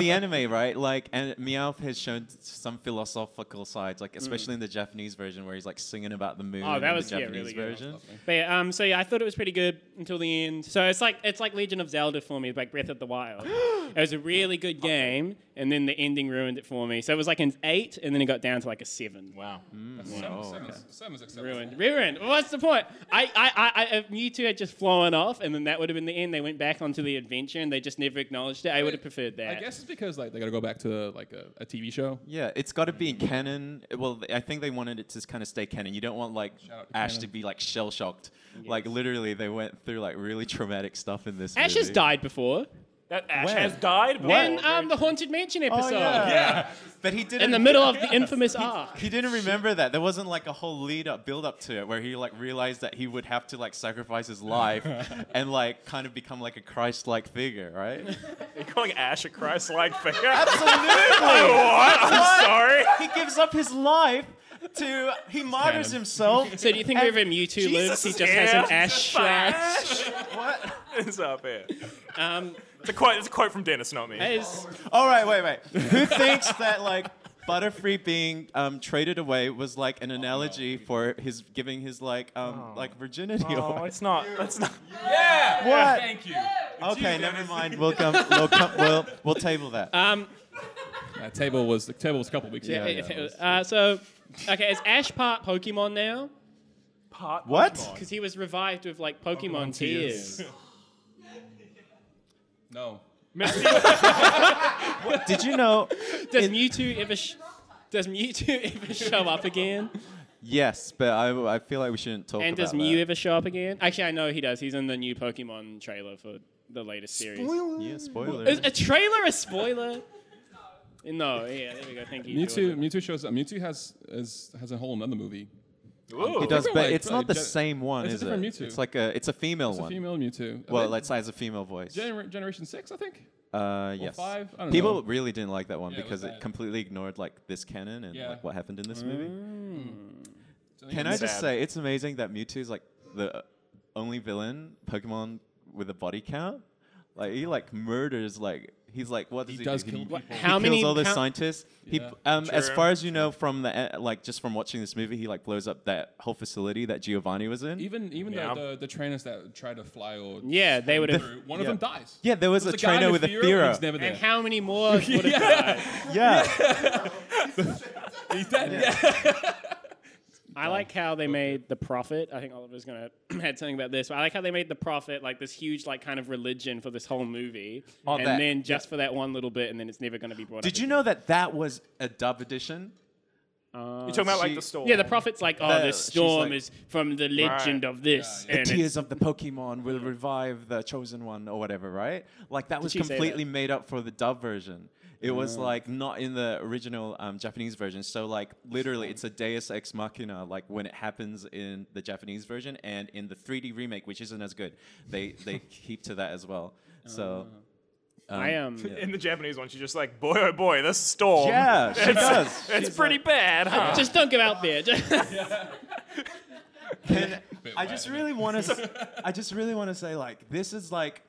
Speaker 3: the anime, right? Like, and Meowth has shown some philosophical sides, like especially in the Japanese version where he's like singing about the moon.
Speaker 2: Mm. Oh, that
Speaker 3: in
Speaker 2: was-
Speaker 3: the
Speaker 2: yeah,
Speaker 3: Japanese
Speaker 2: really good.
Speaker 3: version.
Speaker 2: But yeah, um, so yeah, I thought it was pretty good until the end. So it's like it's like Legend of Zelda for me, like Breath of the Wild. it was a really good game, and then the ending ruined it for me. So it was like an eight, and then it got down to like a seven.
Speaker 5: Wow.
Speaker 4: Seven- seven's- seven's acceptable.
Speaker 2: Ruined, ruined. Well, what's the point? I, I, I, I, if Mewtwo had just flown off, and then that would have been the end. They went back onto the adventure, and they just never acknowledged it. I would have preferred that.
Speaker 4: I guess it's because like they got to go back to like a, a TV show.
Speaker 3: Yeah, it's got to be in canon. Well, th- I think they wanted it to kind of stay canon. You don't want like
Speaker 4: out to
Speaker 3: Ash
Speaker 4: canon.
Speaker 3: to be like shell shocked. Like literally, they went through like really traumatic stuff in this.
Speaker 2: Ash has
Speaker 3: movie.
Speaker 2: died before,
Speaker 5: That Ash
Speaker 3: Where?
Speaker 5: has died. before.
Speaker 2: and um, the Haunted Mansion
Speaker 3: Oh
Speaker 2: episode,
Speaker 3: yeah. but he didn't.
Speaker 2: in the middle of the infamous arc.
Speaker 3: He didn't remember that. There wasn't like a whole lead up, build up to it, where he like realized that he would have to like sacrifice his life and like kind of become like a Christ like figure, right?
Speaker 5: You're calling Ash a Christ-like figure.
Speaker 3: Absolutely.
Speaker 5: what? I'm sorry.
Speaker 3: he gives up his life to he martyrs
Speaker 4: canon.
Speaker 3: himself.
Speaker 2: So do you think
Speaker 3: And
Speaker 2: wherever Mewtwo
Speaker 5: Jesus
Speaker 2: lives, he
Speaker 5: is
Speaker 2: just has an
Speaker 5: here.
Speaker 2: Ash
Speaker 5: Jesus
Speaker 2: shroud?
Speaker 3: What?
Speaker 5: It's up here.
Speaker 2: Um,
Speaker 5: It's a quote. It's a quote from Dennis, not me.
Speaker 2: as-
Speaker 3: All right, wait, wait. Who thinks that like Butterfree being um, traded away was like
Speaker 4: Oh,
Speaker 3: an analogy for his giving his like um, like virginity?
Speaker 5: Oh,
Speaker 3: away?
Speaker 5: it's not. It's not.
Speaker 4: Yeah.
Speaker 3: What?
Speaker 4: Thank you.
Speaker 3: okay, never mind. We'll come. We'll come. We'll, we'll table that.
Speaker 2: um,
Speaker 4: That table was the table was a couple weeks
Speaker 2: yeah,
Speaker 4: ago.
Speaker 2: if it was- uh, so, okay, is Ash part Pokemon now?
Speaker 5: Part
Speaker 3: What?
Speaker 2: Because he was revived with like Pokemon,
Speaker 4: Pokemon
Speaker 2: tears.
Speaker 4: tears. No.
Speaker 3: Did you know?
Speaker 2: Does Mewtwo ever? Sh- does Mewtwo ever show up again?
Speaker 3: Yes, but I, I feel like we shouldn't talk
Speaker 2: And
Speaker 3: about
Speaker 2: does Mew
Speaker 3: that.
Speaker 2: ever show up again? Actually, I know he does. He's in the new Pokemon trailer for the latest series.
Speaker 3: yeah, spoiler.
Speaker 2: Is a trailer a spoiler? No, yeah, there we go. Thank you.
Speaker 4: Mewtwo.
Speaker 2: Jordan.
Speaker 4: Mewtwo shows up. Mewtwo has is, has a whole another movie.
Speaker 5: Ooh.
Speaker 3: He does,
Speaker 4: Different,
Speaker 3: but
Speaker 4: like,
Speaker 3: it's not the
Speaker 4: gen-
Speaker 3: same one,
Speaker 4: Oh, it's a
Speaker 3: is
Speaker 4: different
Speaker 3: it?
Speaker 4: Mewtwo.
Speaker 3: It's like a, it's a female
Speaker 4: It's a
Speaker 3: one.
Speaker 4: female Mewtwo.
Speaker 3: Well,
Speaker 4: like
Speaker 3: let's say it's a female voice.
Speaker 4: Gener- Generation Six, I think.
Speaker 3: uh, yes.
Speaker 4: five? I don't
Speaker 3: People
Speaker 4: know.
Speaker 3: really didn't like that one
Speaker 4: Yeah, it was
Speaker 3: because it
Speaker 4: bad.
Speaker 3: completely ignored like this canon and
Speaker 4: Yeah. Mm.
Speaker 3: like what happened in this movie.
Speaker 4: So
Speaker 3: Can I
Speaker 4: think
Speaker 3: just
Speaker 5: Sad.
Speaker 3: say it's amazing that Mewtwo is like the uh, only villain Pokemon with a body count. Like he like murders like he's like what does he,
Speaker 4: He does
Speaker 3: do?
Speaker 4: kill
Speaker 3: he,
Speaker 4: people.
Speaker 3: he
Speaker 2: How
Speaker 3: kills
Speaker 2: many-
Speaker 3: all the
Speaker 2: how-
Speaker 3: scientists. He
Speaker 4: Yeah.
Speaker 3: um, as
Speaker 5: True.
Speaker 3: far as you know from the uh, like just from watching this movie, he like blows up that whole facility that Giovanni was in.
Speaker 4: Even even
Speaker 5: Yeah.
Speaker 4: the, the the trainers that try to fly or
Speaker 2: Yeah, they would have.
Speaker 4: through, one of
Speaker 3: yeah.
Speaker 4: them dies.
Speaker 3: Yeah, there was
Speaker 4: There's
Speaker 3: a
Speaker 4: guy
Speaker 3: trainer with a
Speaker 4: and
Speaker 3: Thera.
Speaker 4: He's never
Speaker 2: And
Speaker 4: there.
Speaker 2: how many more would have died?
Speaker 3: Yeah.
Speaker 4: He's dead.
Speaker 2: I like how they made the prophet. I think Oliver's gonna had something about this, but I like how they made the prophet like this huge like kind of religion for this whole movie,
Speaker 3: Oh,
Speaker 2: and
Speaker 3: that-
Speaker 2: then just for that one little bit, and then it's never gonna be brought.
Speaker 3: Did you know that that was a dub edition?
Speaker 5: You talking about like
Speaker 3: She-
Speaker 5: the storm?
Speaker 2: Yeah, the prophet's like, oh,
Speaker 3: The-
Speaker 2: this
Speaker 3: she's
Speaker 2: storm
Speaker 3: like-
Speaker 2: is from the legend
Speaker 5: Right.
Speaker 2: of this,
Speaker 4: Yeah,
Speaker 2: and it's,
Speaker 3: Tears of the Pokemon will revive the chosen one or whatever, right? Like that was
Speaker 2: she say that?
Speaker 3: completely made up for the dub version. It was like not in the original um, Japanese version. So like literally, it's a Deus Ex Machina. Like when it happens in the Japanese version and in the 3D remake, which isn't as good, they they keep to that as well. So
Speaker 2: I am. Um,
Speaker 5: In the Japanese one, she's just like, boy, oh boy, this storm.
Speaker 3: yeah, she does.
Speaker 5: It's pretty bad, huh?
Speaker 2: Just don't go out there.
Speaker 3: And I just really want to. I just really want to say like this is like,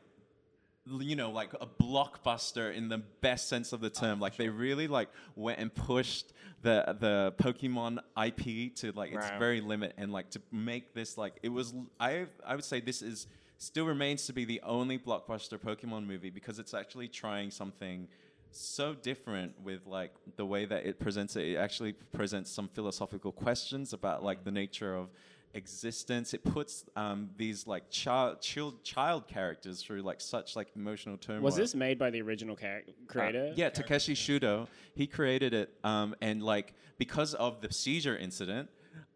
Speaker 3: l- you know, like a blockbuster in the best sense of the term. Like they really like went and pushed the the Pokemon IP to like its
Speaker 5: Right.
Speaker 3: very limit and like to make this like it was. l- I I would say this is still remains to be the only blockbuster Pokemon movie because it's actually trying something so different with like the way that it presents it. It actually presents some philosophical questions about like the nature of existence. It puts um, these like child, child child characters through like such like emotional turmoil.
Speaker 2: Was this made by the original char-
Speaker 3: Uh,
Speaker 2: creator?
Speaker 3: yeah, Takeshi Shudo. He created it, um, and like because of the seizure incident.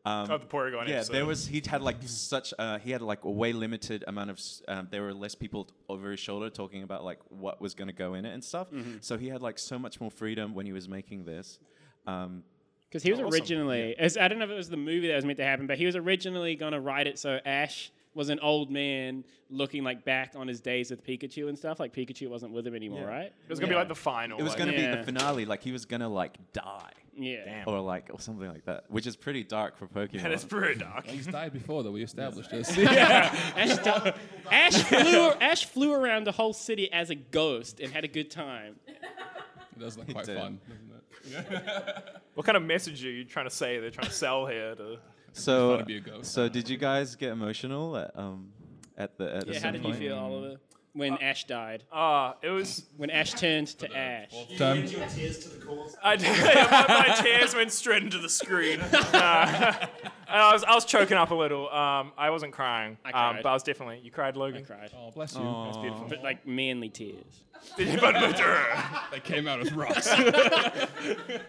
Speaker 3: Um,
Speaker 5: Of Oh, the Porygon
Speaker 3: yeah, there
Speaker 5: episode.
Speaker 3: was he had like such uh, he had like a way limited amount of s- um, there were less people t- over his shoulder talking about like what was going to go in it and stuff.
Speaker 2: Mm-hmm.
Speaker 3: So he had like so much more freedom when he was making this. Um,
Speaker 2: Because he was
Speaker 5: Oh, awesome.
Speaker 2: originally, as- I don't know if it was the movie that was meant to happen, but he was originally going to write it so Ash was an old man looking like back on his days with Pikachu and stuff. Like Pikachu wasn't with him anymore,
Speaker 3: Yeah.
Speaker 2: right?
Speaker 5: It was gonna be
Speaker 3: Yeah.
Speaker 5: like the final.
Speaker 3: it was
Speaker 5: like-
Speaker 3: going to be
Speaker 2: Yeah.
Speaker 3: the finale, like he was going to like die
Speaker 2: Yeah.
Speaker 3: or like or something like that, which is pretty dark for Pokemon.
Speaker 5: And it's pretty dark.
Speaker 4: He's died before, though. We established this.
Speaker 2: Ash, di- Ash flew. Ash flew around the whole city as a ghost and had a good time.
Speaker 4: It does look quite
Speaker 3: did.
Speaker 4: fun, doesn't it?
Speaker 5: What kind of message are you trying to say? They're trying to sell here. To...
Speaker 3: so
Speaker 4: Gotta be a ghost.
Speaker 3: so did you guys get emotional at um at the at
Speaker 2: Yeah.
Speaker 3: some
Speaker 2: How did you
Speaker 3: point?
Speaker 2: feel, Oliver, when
Speaker 5: Uh,
Speaker 2: Ash died?
Speaker 5: Ah, it was.
Speaker 2: When Ash turned to Ash.
Speaker 4: Time.
Speaker 6: Your tears to the cause.
Speaker 5: I did, my, my tears went straight into the screen. Uh, and I was I was choking up a little. Um, I wasn't crying.
Speaker 2: I
Speaker 5: Um,
Speaker 2: cried.
Speaker 5: but I was definitely. You cried,
Speaker 2: I
Speaker 5: Logan.
Speaker 2: cried, Oh.
Speaker 4: Oh, bless you.
Speaker 3: Aw.
Speaker 5: Beautiful.
Speaker 2: but like manly tears.
Speaker 5: but, but, uh,
Speaker 4: They came out as rocks.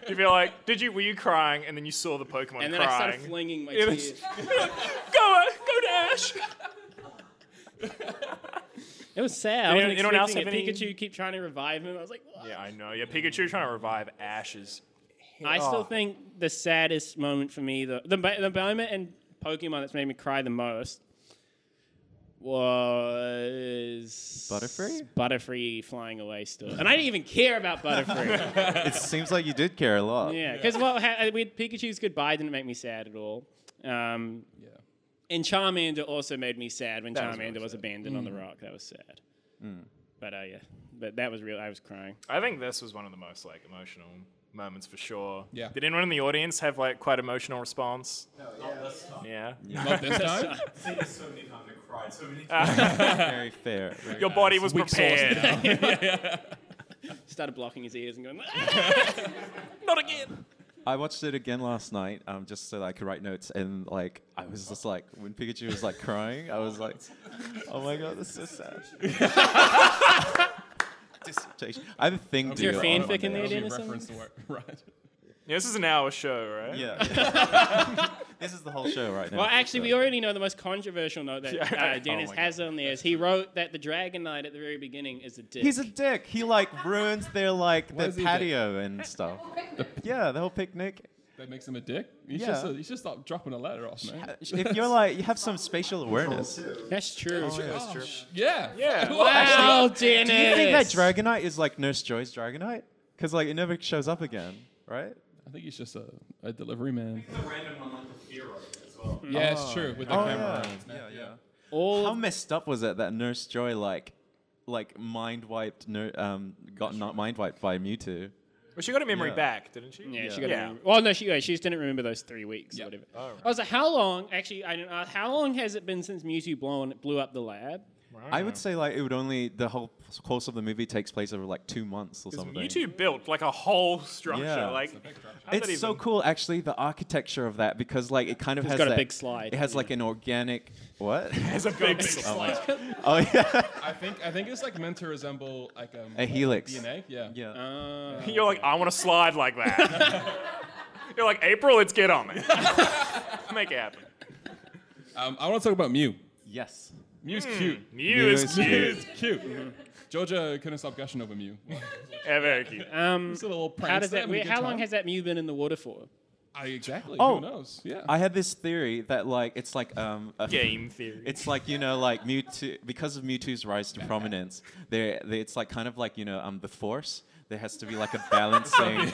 Speaker 5: you feel like did you were you crying and then you saw the Pokemon
Speaker 2: And then I
Speaker 5: crying?
Speaker 2: started flinging my
Speaker 5: It was-
Speaker 2: tears.
Speaker 5: go uh, go Dash.
Speaker 2: It was sad. I wasn't
Speaker 5: Anyone- anyone else
Speaker 2: expecting
Speaker 5: have
Speaker 2: it.
Speaker 5: any-
Speaker 2: Pikachu keep trying to revive him. I was like, what?
Speaker 5: Yeah, I know. Yeah, Pikachu trying to revive Ashes.
Speaker 2: I
Speaker 5: Oh.
Speaker 2: still think the saddest moment for me, the the, ba- the moment in Pokemon that's made me cry the most was
Speaker 3: Butterfree?
Speaker 2: Butterfree flying away still, and I didn't even care about Butterfree.
Speaker 3: It seems like you did care a lot.
Speaker 2: yeah, because what ha- we had Pikachu's goodbye didn't make me sad at all. Um,
Speaker 4: yeah.
Speaker 2: and Charmander also made me sad when
Speaker 5: That was
Speaker 2: Charmander
Speaker 5: really
Speaker 2: was,
Speaker 5: sad. Mm.
Speaker 2: abandoned on the rock. That was sad. But uh, yeah, but that was real. I was crying.
Speaker 5: I think this was one of the most like emotional moments for sure.
Speaker 4: Yeah.
Speaker 5: Did anyone in the audience have like quite emotional response?
Speaker 7: No, yeah.
Speaker 5: Yeah.
Speaker 4: Not this time.
Speaker 6: I've seen it so many times. I cried so many times.
Speaker 3: Very fair.
Speaker 5: Your body was
Speaker 4: Weak sauce
Speaker 5: prepared.
Speaker 4: now.
Speaker 2: Started blocking his ears and going.
Speaker 5: Not again.
Speaker 3: I watched it again last night, um, just so that I could write notes, and like I was just like, when Pikachu was like crying, I was like, oh my god, that's so sad. Dissertation. I have a thing.
Speaker 2: there
Speaker 3: due
Speaker 2: a
Speaker 3: on
Speaker 2: fanfic
Speaker 3: Monday.
Speaker 2: in there,
Speaker 4: That'll be
Speaker 2: Dana?
Speaker 4: a reference to where- Right.
Speaker 5: Yeah, this is an hour show, right?
Speaker 3: Yeah. this is the whole show right now.
Speaker 2: Well, actually, we
Speaker 3: so-
Speaker 2: already know the most controversial note that
Speaker 5: Yeah.
Speaker 2: uh, Dennis
Speaker 3: Oh my
Speaker 2: has on there is he wrote that the Dragon Knight at the very beginning is a dick.
Speaker 3: He's a dick. He like ruins their like
Speaker 4: Why
Speaker 3: their
Speaker 4: is he a dick?
Speaker 3: patio and stuff. Yeah, the whole picnic.
Speaker 4: That makes him a dick. You
Speaker 3: Yeah.
Speaker 4: just should, you should stop dropping a letter off, man.
Speaker 3: If you're like, you have some spatial awareness.
Speaker 2: That's true.
Speaker 4: Oh, sh- yeah. Yeah.
Speaker 2: Wow, Dennis.
Speaker 3: Do you think that Dragonite is like Nurse Joy's Dragonite? Because like it never shows up again, right?
Speaker 4: I think he's just a, a delivery man.
Speaker 6: The random one, like the hero as well.
Speaker 4: Yeah,
Speaker 3: Oh.
Speaker 4: it's true. With the camera.
Speaker 3: yeah, yeah.
Speaker 2: All
Speaker 3: How messed up was it that Nurse Joy like, like mind wiped, ner- um, got not mind wiped by Mewtwo?
Speaker 5: Well, she got her memory
Speaker 3: Yeah.
Speaker 5: back, didn't she?
Speaker 2: yeah,
Speaker 3: Yeah.
Speaker 2: she got.
Speaker 5: Yeah.
Speaker 2: Yeah. Well, no, she yeah, she just didn't remember those three weeks
Speaker 4: Yeah.
Speaker 2: or whatever. I was like, how long? Actually, I didn't ask. How long has it been since Mewtwo blown blew up the lab?
Speaker 3: I would say like it would only the whole course of the movie takes place over like two months or
Speaker 5: 'Cause
Speaker 3: something.
Speaker 5: YouTube built like a whole structure.
Speaker 3: Yeah.
Speaker 5: Like, how's that
Speaker 3: It's so
Speaker 5: even-
Speaker 3: cool, actually, the architecture of that because like it kind of
Speaker 2: It's
Speaker 3: has
Speaker 2: got a
Speaker 3: that-
Speaker 2: big slide,
Speaker 3: It has
Speaker 2: yeah.
Speaker 3: like an organic what?
Speaker 5: It's a big slide.
Speaker 3: oh yeah,
Speaker 4: I think I think it's like meant to resemble like um,
Speaker 3: a
Speaker 4: like
Speaker 3: helix.
Speaker 4: DNA. Yeah.
Speaker 3: Yeah.
Speaker 2: Uh,
Speaker 5: You're like, I want to slide like that. You're like, April, let's get on it. Make it happen.
Speaker 4: Um, I want to talk about Mew.
Speaker 3: yes.
Speaker 4: Mew's cute.
Speaker 5: Mew is
Speaker 3: is
Speaker 5: cute.
Speaker 3: cute.
Speaker 4: It's cute. Georgia couldn't stop gushing over Mew.
Speaker 5: Yeah, very cute.
Speaker 2: um,
Speaker 4: It's a little prank.
Speaker 2: how does that? Wait, how long has that Mew been in the water for?
Speaker 4: I, exactly.
Speaker 3: Oh.
Speaker 4: Who knows? Yeah.
Speaker 3: I had this theory that like it's like um a
Speaker 5: Game theory.
Speaker 3: It's like you know, like Mewtwo because of Mewtwo's rise to prominence. There, there- it's like kind of like you know, um, the Force. There has to be like a balancing,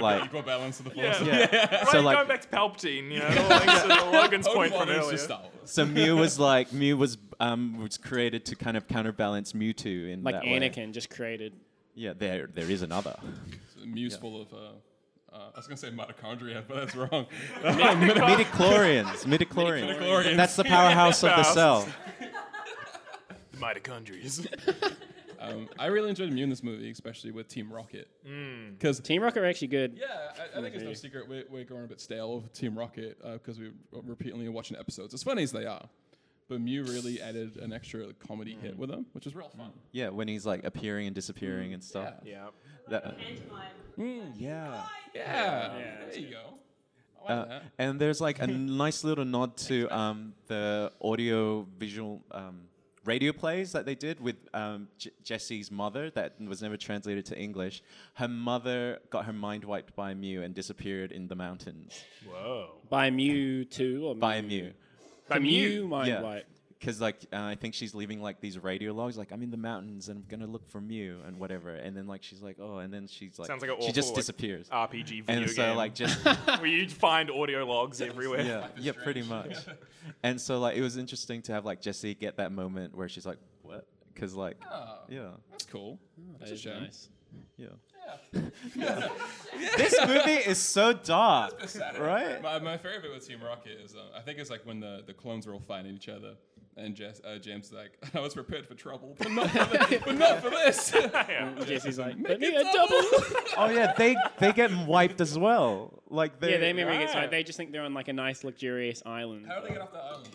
Speaker 3: like
Speaker 4: Equal balance of the force.
Speaker 5: yeah.
Speaker 3: yeah.
Speaker 5: Right,
Speaker 3: So like,
Speaker 5: going back to Palpatine, you know, links to the Logan's point from
Speaker 4: Obi-Wan is
Speaker 5: earlier.
Speaker 4: just Star Wars.
Speaker 3: so Mew was like Mew was um was created to kind of counterbalance Mewtwo in
Speaker 2: Like
Speaker 3: that way.
Speaker 2: Anakin just created.
Speaker 3: Yeah, there there is another.
Speaker 4: Mew's full of. Uh, uh, I was gonna say mitochondria, but that's wrong.
Speaker 3: Midichlorians, midichlorians.
Speaker 4: Midichlorians.
Speaker 3: That's the powerhouse of the
Speaker 5: Powerhouse.
Speaker 3: cell.
Speaker 5: The mitochondria.
Speaker 4: Um, I really enjoyed Mew in this movie, especially with Team Rocket. Because
Speaker 2: Team Rocket are actually good.
Speaker 4: Mm. Yeah, I, I think it's no secret we're, we're growing a bit stale of Team Rocket because we're repeatedly watching episodes, as funny as they are. But Mew really added an extra comedy
Speaker 2: Mm.
Speaker 4: hit with them, which is real fun.
Speaker 3: Yeah, when he's like appearing and disappearing and stuff.
Speaker 4: Yeah.
Speaker 5: Yeah.
Speaker 3: That- uh,
Speaker 8: Pantomime.
Speaker 3: Mm.
Speaker 8: Oh,
Speaker 3: yeah.
Speaker 4: Yeah, there you go. I like
Speaker 3: Uh,
Speaker 5: Uh-huh.
Speaker 4: that.
Speaker 3: and there's like a nice little nod to um, the audio visual um, radio plays that they did with um, J- Jesse's mother that was never translated to English. Her mother got her mind wiped by Mew and disappeared in the mountains
Speaker 5: Whoa.
Speaker 2: By Mew two or
Speaker 3: by Mew.
Speaker 2: By Mew, mind
Speaker 3: Yeah.
Speaker 2: wipe.
Speaker 3: Because like uh, I think she's leaving like these radio logs, like I'm in the mountains and I'm gonna look for Mew and whatever, and then like she's like oh, and then she's like,
Speaker 5: Sounds like an
Speaker 3: she just
Speaker 5: awful, like,
Speaker 3: disappears,
Speaker 5: RPG video
Speaker 3: and so
Speaker 5: game.
Speaker 3: like just
Speaker 5: where you find audio logs everywhere.
Speaker 3: yeah, yeah, pretty much. and so like it was interesting to have like Jessie get that moment where she's like, what? Because like,
Speaker 4: Oh,
Speaker 3: yeah,
Speaker 4: that's cool. That's a
Speaker 2: That is
Speaker 4: shame.
Speaker 2: nice.
Speaker 3: yeah. this movie is so dark, right?
Speaker 4: My, my favorite bit with Team Rocket is um, I think it's like when the, the clones are all fighting each other. And Jess, uh, James is like, I was prepared for trouble, but not for, thi- but not for this.
Speaker 2: Jesse's like,
Speaker 4: Make
Speaker 2: let me
Speaker 4: it
Speaker 2: a double.
Speaker 3: Oh yeah, they they get wiped as well. Like they
Speaker 2: yeah, they memory gets
Speaker 5: Right.
Speaker 2: like they just think they're on like a nice luxurious island.
Speaker 4: How do they get off the island?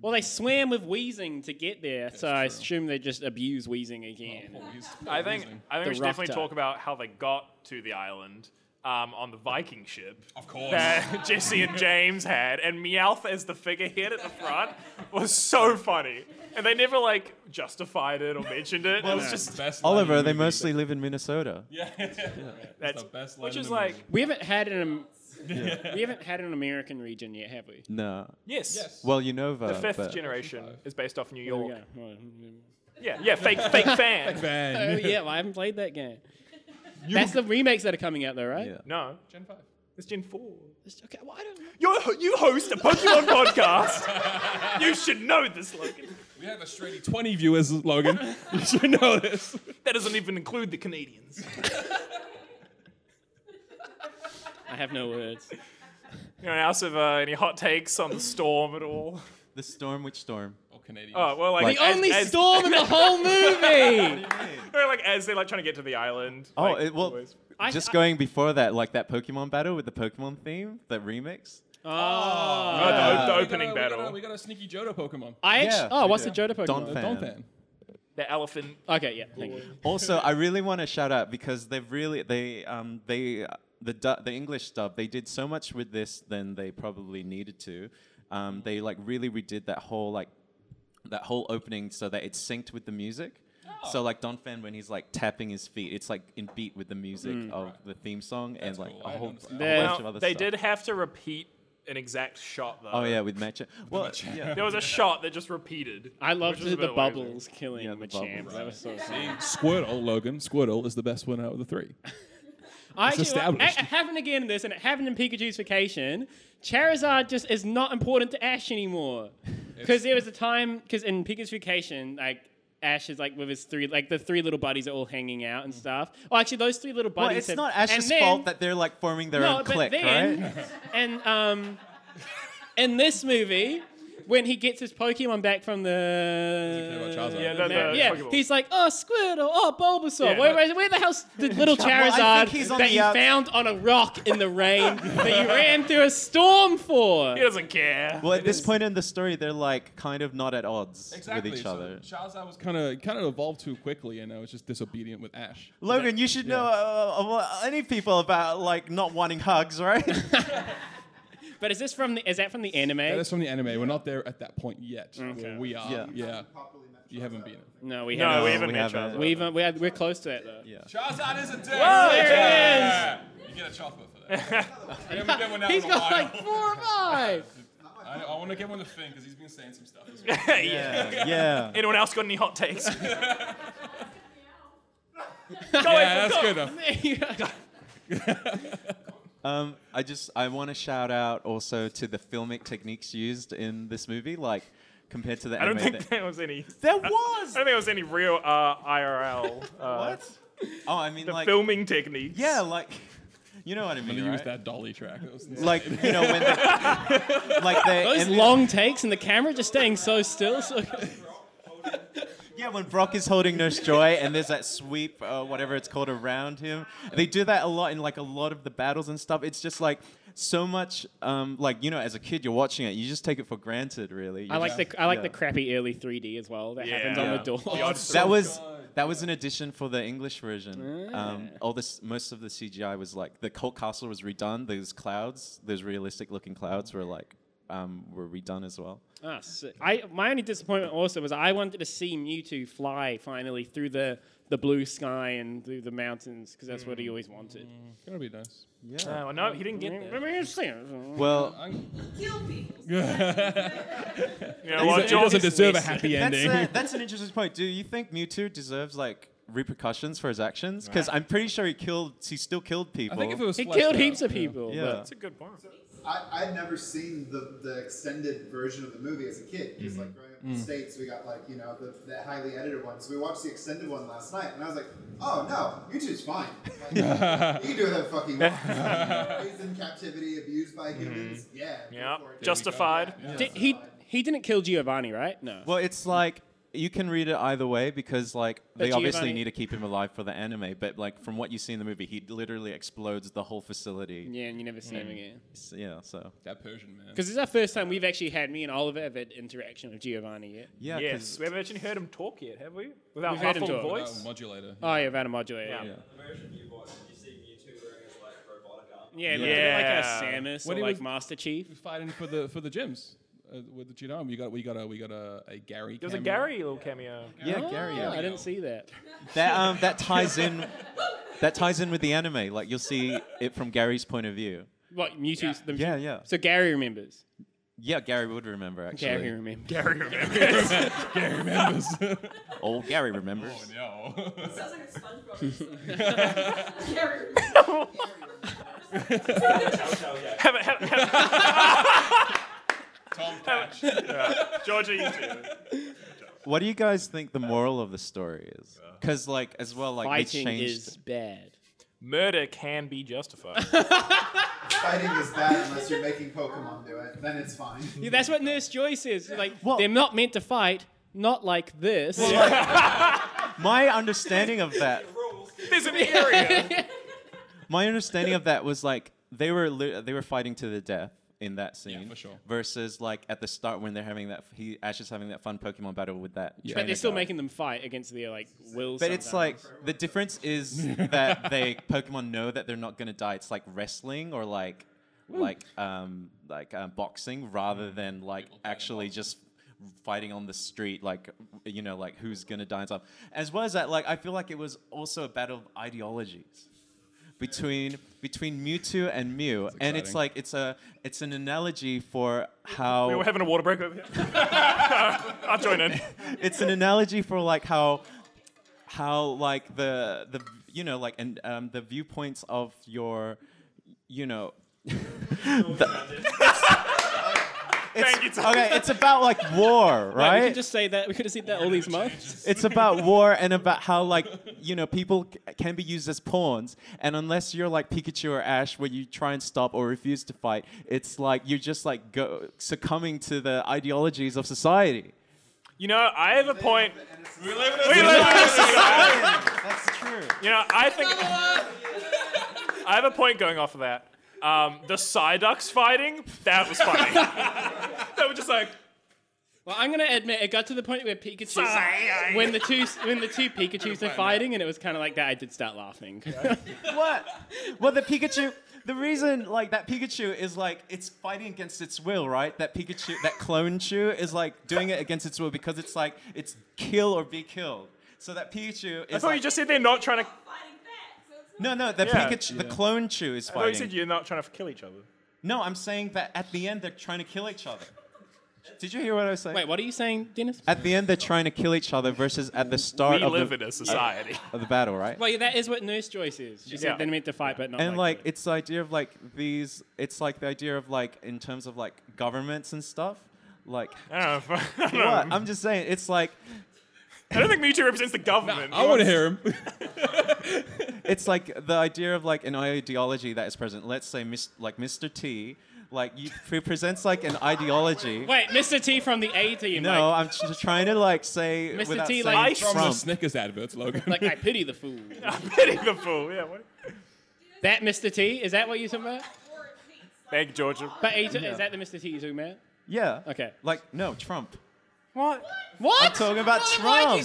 Speaker 2: Well, they swam with wheezing to get there, so I
Speaker 4: true.
Speaker 2: assume they just abuse wheezing again.
Speaker 3: Oh,
Speaker 4: Well, he's-
Speaker 5: I think
Speaker 4: amazing.
Speaker 5: I think
Speaker 2: The
Speaker 5: we should definitely
Speaker 2: Rafter.
Speaker 5: talk about how they got to the island um, on the Viking ship
Speaker 4: Of course.
Speaker 5: that Jesse and James had, and Meowth as the figurehead at the front was so funny. And they never like justified it or mentioned it. it was just
Speaker 4: Best line
Speaker 3: Oliver,
Speaker 4: in the
Speaker 3: they
Speaker 4: movie.
Speaker 3: mostly live in Minnesota.
Speaker 4: Yeah.
Speaker 5: that's
Speaker 4: the best line
Speaker 5: which
Speaker 4: in
Speaker 5: is
Speaker 4: the
Speaker 5: like
Speaker 4: movie.
Speaker 2: We haven't had an Am- we haven't had an American region yet, have we?
Speaker 3: No.
Speaker 5: yes.
Speaker 4: Yes.
Speaker 3: Well, you know uh,
Speaker 5: The
Speaker 3: that.
Speaker 5: fifth generation is based off New
Speaker 2: Uh, There we
Speaker 5: York.
Speaker 2: go. Well,
Speaker 5: Yeah, yeah, fake fake fan.
Speaker 2: Oh
Speaker 4: Bang.
Speaker 2: yeah, well, I haven't played that game. That's the remakes that are coming out though, right?
Speaker 3: Yeah.
Speaker 5: No,
Speaker 4: Gen 5.
Speaker 5: it's Gen Four.
Speaker 2: It's- Okay, well, I don't know.
Speaker 5: You you host a Pokemon podcast. You should know this, Logan.
Speaker 4: We have a straight 20 viewers, Logan. you should know this.
Speaker 5: That doesn't even include the Canadians.
Speaker 2: I have no words.
Speaker 5: Anyone else have uh, any hot takes on the storm at all?
Speaker 3: The storm, which storm?
Speaker 4: Or Canadians.
Speaker 5: Oh well, like,
Speaker 3: Like-
Speaker 2: The
Speaker 5: as,
Speaker 2: only
Speaker 5: as,
Speaker 2: storm in the whole movie.
Speaker 5: or, like as they're like trying to get to the island.
Speaker 3: Oh,
Speaker 5: like,
Speaker 3: it, well,
Speaker 5: always.
Speaker 2: I-
Speaker 3: just
Speaker 2: I-
Speaker 3: going before that, like that Pokemon battle with the Pokemon theme, that remix.
Speaker 2: Oh.
Speaker 5: Oh, the-
Speaker 3: yeah.
Speaker 5: the,
Speaker 3: We
Speaker 5: opening
Speaker 4: we got a-
Speaker 5: battle,
Speaker 4: We got, a, sneaky Jodo Pokemon.
Speaker 2: I actually,
Speaker 3: Yeah,
Speaker 2: oh,
Speaker 3: we
Speaker 2: what's
Speaker 3: do.
Speaker 2: the Jodo Pokemon?
Speaker 3: Don Fan.
Speaker 4: Don't then.
Speaker 5: the elephant.
Speaker 2: Okay, yeah, thank you.
Speaker 3: also, I really want to shout out because they've really they um they the du- the English dub they did so much with this than they probably needed to. Um, they like really redid that whole like that whole opening so that it's synced with the music.
Speaker 2: Oh.
Speaker 3: So like Don Fan when he's like tapping his feet, it's like in beat with the music of the theme song and like
Speaker 4: cool.
Speaker 3: a
Speaker 4: I
Speaker 3: whole,
Speaker 4: noticed that.
Speaker 3: a whole
Speaker 2: They-
Speaker 3: bunch of
Speaker 5: Now,
Speaker 3: other
Speaker 5: they
Speaker 3: stuff.
Speaker 5: did have to repeat an exact shot though.
Speaker 3: Oh yeah, with match. Well, yeah.
Speaker 5: There was a shot that just repeated.
Speaker 2: I
Speaker 5: Which
Speaker 2: loved
Speaker 5: is a
Speaker 2: the,
Speaker 5: bit
Speaker 2: the
Speaker 5: lazy.
Speaker 2: bubbles killing yeah,
Speaker 3: Yeah, the bubbles.
Speaker 2: That was so funny.
Speaker 4: Squirtle, Logan. Squirtle is the best one out of the three.
Speaker 2: I
Speaker 4: It's
Speaker 2: actually, well,
Speaker 4: established.
Speaker 2: it happened again in this, and it happened in Pikachu's vacation. Charizard just is not important to Ash anymore. Because there was a time, because in Pikachu's vacation, like Ash is like with his three, like the three little buddies are all hanging out
Speaker 4: Mm.
Speaker 2: and stuff. Oh, actually, those three little buddies.
Speaker 3: Well, it's
Speaker 2: have-
Speaker 3: not
Speaker 2: and
Speaker 3: Ash's
Speaker 2: then-
Speaker 3: fault that they're like forming their
Speaker 2: No,
Speaker 3: own
Speaker 2: but
Speaker 3: clique,
Speaker 2: then-
Speaker 3: right?
Speaker 2: And um, in this movie, when he gets his Pokemon back from the
Speaker 4: Doesn't care about Charizard.
Speaker 5: Yeah, no, no,
Speaker 2: yeah,
Speaker 5: Pokeball.
Speaker 2: he's like, oh Squirtle, oh Bulbasaur.
Speaker 5: Yeah,
Speaker 2: where,
Speaker 5: but-
Speaker 2: where, where the hell's the little
Speaker 3: I
Speaker 2: Charizard
Speaker 3: think he's on
Speaker 2: that
Speaker 3: the
Speaker 2: you
Speaker 3: out-
Speaker 2: found on a rock in the rain that you ran through a storm for?
Speaker 5: He doesn't care.
Speaker 3: Well, at this point in the story, they're like kind of not at odds
Speaker 4: Exactly.
Speaker 3: with each other.
Speaker 4: So Charizard was kind of kind of evolved too quickly, and I was just disobedient with Ash.
Speaker 3: Logan, you should know uh, uh, uh, any people about like not wanting hugs, right?
Speaker 2: But is this from the? Is that from the anime?
Speaker 4: That is from the anime. We're not there at that point yet. Well, we are.
Speaker 3: Yeah.
Speaker 4: Yeah.
Speaker 7: Properly matched
Speaker 4: You haven't
Speaker 7: up.
Speaker 4: been it.
Speaker 2: no, we
Speaker 5: no, we
Speaker 2: haven't.
Speaker 5: haven't
Speaker 3: we
Speaker 5: met
Speaker 3: haven't.
Speaker 5: Charizard.
Speaker 2: We've, uh, we are, we're close to it though.
Speaker 3: Yeah.
Speaker 4: Charizard is a dick.
Speaker 2: there
Speaker 4: You get a chocolate for that. I haven't given one out
Speaker 2: He's
Speaker 4: in a
Speaker 2: got
Speaker 4: while.
Speaker 2: like four or five.
Speaker 4: I, I want to give him the thing because he's been saying some stuff. As well.
Speaker 5: yeah.
Speaker 3: Yeah. yeah.
Speaker 5: Anyone else got any hot takes? Go
Speaker 4: yeah, that's good enough.
Speaker 3: Um, I just I want to shout out also to the filmic techniques used in this movie, like compared to the
Speaker 5: I don't
Speaker 3: anime.
Speaker 5: think
Speaker 3: that-
Speaker 5: there was any.
Speaker 3: there was.
Speaker 5: I don't think there was any real uh, IRL. Uh,
Speaker 3: what? Oh, I mean
Speaker 5: The
Speaker 3: like
Speaker 5: filming techniques.
Speaker 3: yeah, like you know what I mean,
Speaker 4: You
Speaker 3: right?
Speaker 4: used that dolly track. That was
Speaker 3: Like you know when the, like the
Speaker 2: Those
Speaker 3: and-
Speaker 2: long takes and the camera just staying so still. So
Speaker 3: Yeah, when Brock is holding Nurse Joy and there's that sweep, uh, whatever it's called, around him, they do that a lot in like a lot of the battles and stuff. It's just like so much, um, like you know, as a kid you're watching it, you just take it for granted, really. You
Speaker 2: I like
Speaker 3: just-
Speaker 2: the I like
Speaker 3: yeah.
Speaker 2: the crappy early 3D as well that happens on
Speaker 5: Yeah.
Speaker 2: the Oh door.
Speaker 3: that was that was an addition for the English version. Um, all this, most of the CGI was like the Colt Castle was redone. Those clouds, those realistic looking clouds, were like um, were redone as well.
Speaker 2: Ah, sick. I my only disappointment also was I wanted to see Mewtwo fly finally through the the blue sky and through the mountains because that's what he always wanted.
Speaker 4: Gonna be nice.
Speaker 5: Uh, well, no, he didn't get that.
Speaker 2: Let me just see it.
Speaker 3: Well,
Speaker 8: Kill people.
Speaker 5: You know what,
Speaker 4: he
Speaker 5: Joel?
Speaker 4: doesn't deserve a happy
Speaker 3: that's
Speaker 4: ending.
Speaker 3: a, that's an interesting point. Do you think Mewtwo deserves like repercussions for his actions? Because I'm pretty sure he killed. He still killed
Speaker 4: I
Speaker 3: people.
Speaker 4: think if it was
Speaker 2: He
Speaker 4: fleshed
Speaker 2: killed
Speaker 4: out,
Speaker 2: heaps of
Speaker 4: yeah.
Speaker 2: people.
Speaker 3: yeah.
Speaker 2: but-
Speaker 5: That's a good point.
Speaker 7: I, I'd never seen the, the extended version of the movie as a kid. Because
Speaker 2: Mm-hmm.
Speaker 7: like growing up
Speaker 2: Mm.
Speaker 7: in the States, we got like, you know, the, the highly edited one. So we watched the extended one last night and I was like, oh no, YouTube's fine. Like, you can do what the fuck you want. Raised in captivity, abused by
Speaker 2: Mm-hmm.
Speaker 7: humans. Yeah. go
Speaker 5: Yeah,
Speaker 7: for it.
Speaker 5: justified.
Speaker 7: Yeah.
Speaker 2: Did- he he didn't kill Giovanni, right? No.
Speaker 3: Well, it's like you can read it either way because like they obviously
Speaker 2: Giovanni-
Speaker 3: need to keep him alive for the anime, but like from what you see in the movie, he literally explodes the whole facility.
Speaker 2: yeah, and you never see him again.
Speaker 3: S- Yeah, so
Speaker 4: That Persian man.
Speaker 2: Because this is our first time we've actually had me and Oliver have had interaction with Giovanni yet.
Speaker 3: yeah, 'cause-
Speaker 5: Yes, we haven't actually heard him talk yet, have we? Without
Speaker 2: We've heard him
Speaker 5: muffled
Speaker 2: talk.
Speaker 4: Without a
Speaker 5: voice.
Speaker 4: Uh, modulator.
Speaker 2: Oh yeah, about a modulator.
Speaker 5: Yeah.
Speaker 2: Yeah,
Speaker 6: The version you watched, you see Mewtwo wearing his like robotic armor.
Speaker 2: yeah, it looked a
Speaker 5: Yeah.
Speaker 2: bit like a uh, Samus
Speaker 4: When
Speaker 2: or
Speaker 4: he
Speaker 2: like
Speaker 4: was-
Speaker 2: Master Chief.
Speaker 4: fighting for the for the gyms uh, with the Genome. We got we got a we got a, a Gary.
Speaker 5: There was a
Speaker 4: cameo.
Speaker 5: Gary little cameo.
Speaker 3: yeah, Gary.
Speaker 2: Yeah,
Speaker 3: Yeah.
Speaker 2: Oh, I didn't see that.
Speaker 3: That um, that ties in. That ties in with the anime. Like you'll see it from Gary's point of view.
Speaker 2: What Mewtwo's the
Speaker 3: Yeah, yeah,
Speaker 2: So Gary remembers.
Speaker 3: yeah. Gary would remember actually.
Speaker 2: Gary remembers.
Speaker 3: Old Gary remembers.
Speaker 4: Oh, No.
Speaker 8: Sounds like a SpongeBob. episode. Gary.
Speaker 5: Have, it- have, have,
Speaker 4: Tom Patch.
Speaker 5: Georgia, you too.
Speaker 3: What do you guys think the moral of the story is? Because like as well, like they
Speaker 2: Fighting
Speaker 3: changed.
Speaker 2: is bad.
Speaker 5: Murder can be justified.
Speaker 7: Fighting is bad unless you're making Pokemon do it. Then it's fine.
Speaker 2: Yeah, that's what Nurse Joy says. Like
Speaker 3: Well-
Speaker 2: they're not meant to fight. Not like this.
Speaker 3: My understanding of that
Speaker 5: There's an area.
Speaker 3: my understanding of that was like they were li- they were fighting to the death in that scene.
Speaker 4: for sure.
Speaker 3: Versus like at the start when they're having that he Ash is having that fun Pokemon battle with that.
Speaker 4: Yeah.
Speaker 2: but
Speaker 3: trainer
Speaker 2: they're still
Speaker 3: guy.
Speaker 2: making them fight against their like will.
Speaker 3: But it's like
Speaker 2: sometimes.
Speaker 3: the difference is that they Pokemon know that they're not gonna die. It's like wrestling or like like um like um, boxing rather than like actually just fighting on the street like you know like who's gonna die and stuff. As well as that, like I feel like it was also a battle of ideologies between between Mewtwo and Mew, and it's
Speaker 4: exciting.
Speaker 3: like it's a it's an analogy for how
Speaker 5: we were having a water break over here. I'll join in.
Speaker 3: it's an analogy for like how how like the the you know like and um, the viewpoints of your you know
Speaker 5: Thank you, Tom.
Speaker 3: okay it's about like war
Speaker 2: Wait,
Speaker 3: right
Speaker 2: We can just say that. We could have said that all these months.
Speaker 3: it's about war and about how like you know people c- can be used as pawns and unless you're like pikachu or ash where you try and stop or refuse to fight it's like you're just like go succumbing to the ideologies of society
Speaker 5: You know, I have a point.
Speaker 7: We live
Speaker 5: We live-
Speaker 3: that's true
Speaker 5: You know, I think I have a point going off of that. Um, the Psyducks fighting, that was funny. they were just like,
Speaker 2: Well, I'm gonna admit it got to the point where Pikachu, when the two when the two Pikachu's are fighting, and it was kind of like that. I did start laughing.
Speaker 3: What? Well, the Pikachu. The reason, like, that Pikachu is like it's fighting against its will, right? That Pikachu, that clone Chew, is like doing it against its will because it's like it's kill or be killed. So that Pikachu is.
Speaker 5: I thought
Speaker 3: like,
Speaker 5: you just said they're not trying to.
Speaker 8: Fighting back. So it's
Speaker 3: No, no, the
Speaker 5: Yeah.
Speaker 3: Pikachu, the clone Chew is
Speaker 5: I thought you
Speaker 3: fighting.
Speaker 5: said you're not trying to kill each other.
Speaker 3: no, I'm saying that at the end they're trying to kill each other. Did you hear what I was saying?
Speaker 2: Wait, what are you saying, Dennis?
Speaker 3: At the end, they're trying to kill each other versus at the start
Speaker 5: We
Speaker 3: of
Speaker 5: live
Speaker 3: the,
Speaker 5: in a society.
Speaker 3: of the battle, right?
Speaker 2: Well, yeah, that is what Nurse Joyce is. She
Speaker 5: Yeah.
Speaker 2: said they're meant to fight, but not.
Speaker 5: Oh
Speaker 3: and like
Speaker 2: this.
Speaker 3: it's the idea of like these it's like the idea of like in terms of like governments and stuff like
Speaker 5: I don't know. if- I don't, know.
Speaker 3: what i'm just saying it's like
Speaker 5: I don't think Mewtwo represents the government.
Speaker 4: I want to hear him.
Speaker 3: it's like the idea of like an ideology that is present let's say mis- like mr t like you, he presents like an ideology.
Speaker 2: Wait, Mr. T from the A team.
Speaker 3: No,
Speaker 2: like,
Speaker 3: I'm just trying to like say
Speaker 2: Mr.
Speaker 3: without
Speaker 2: T,
Speaker 3: saying
Speaker 2: like-
Speaker 4: From the
Speaker 3: Trump.
Speaker 4: Snickers adverts, Logan.
Speaker 2: like I pity the fool.
Speaker 5: Pity the fool. Yeah. What?
Speaker 2: that Mr. T, is that what you're talking about?
Speaker 5: Thank Georgia.
Speaker 2: But are you ta- is that the Mr. T you're talking about?
Speaker 3: Yeah.
Speaker 2: Okay.
Speaker 3: Like no Trump.
Speaker 5: What?
Speaker 2: What?
Speaker 3: talking about
Speaker 2: why, Why'd you
Speaker 3: Trump.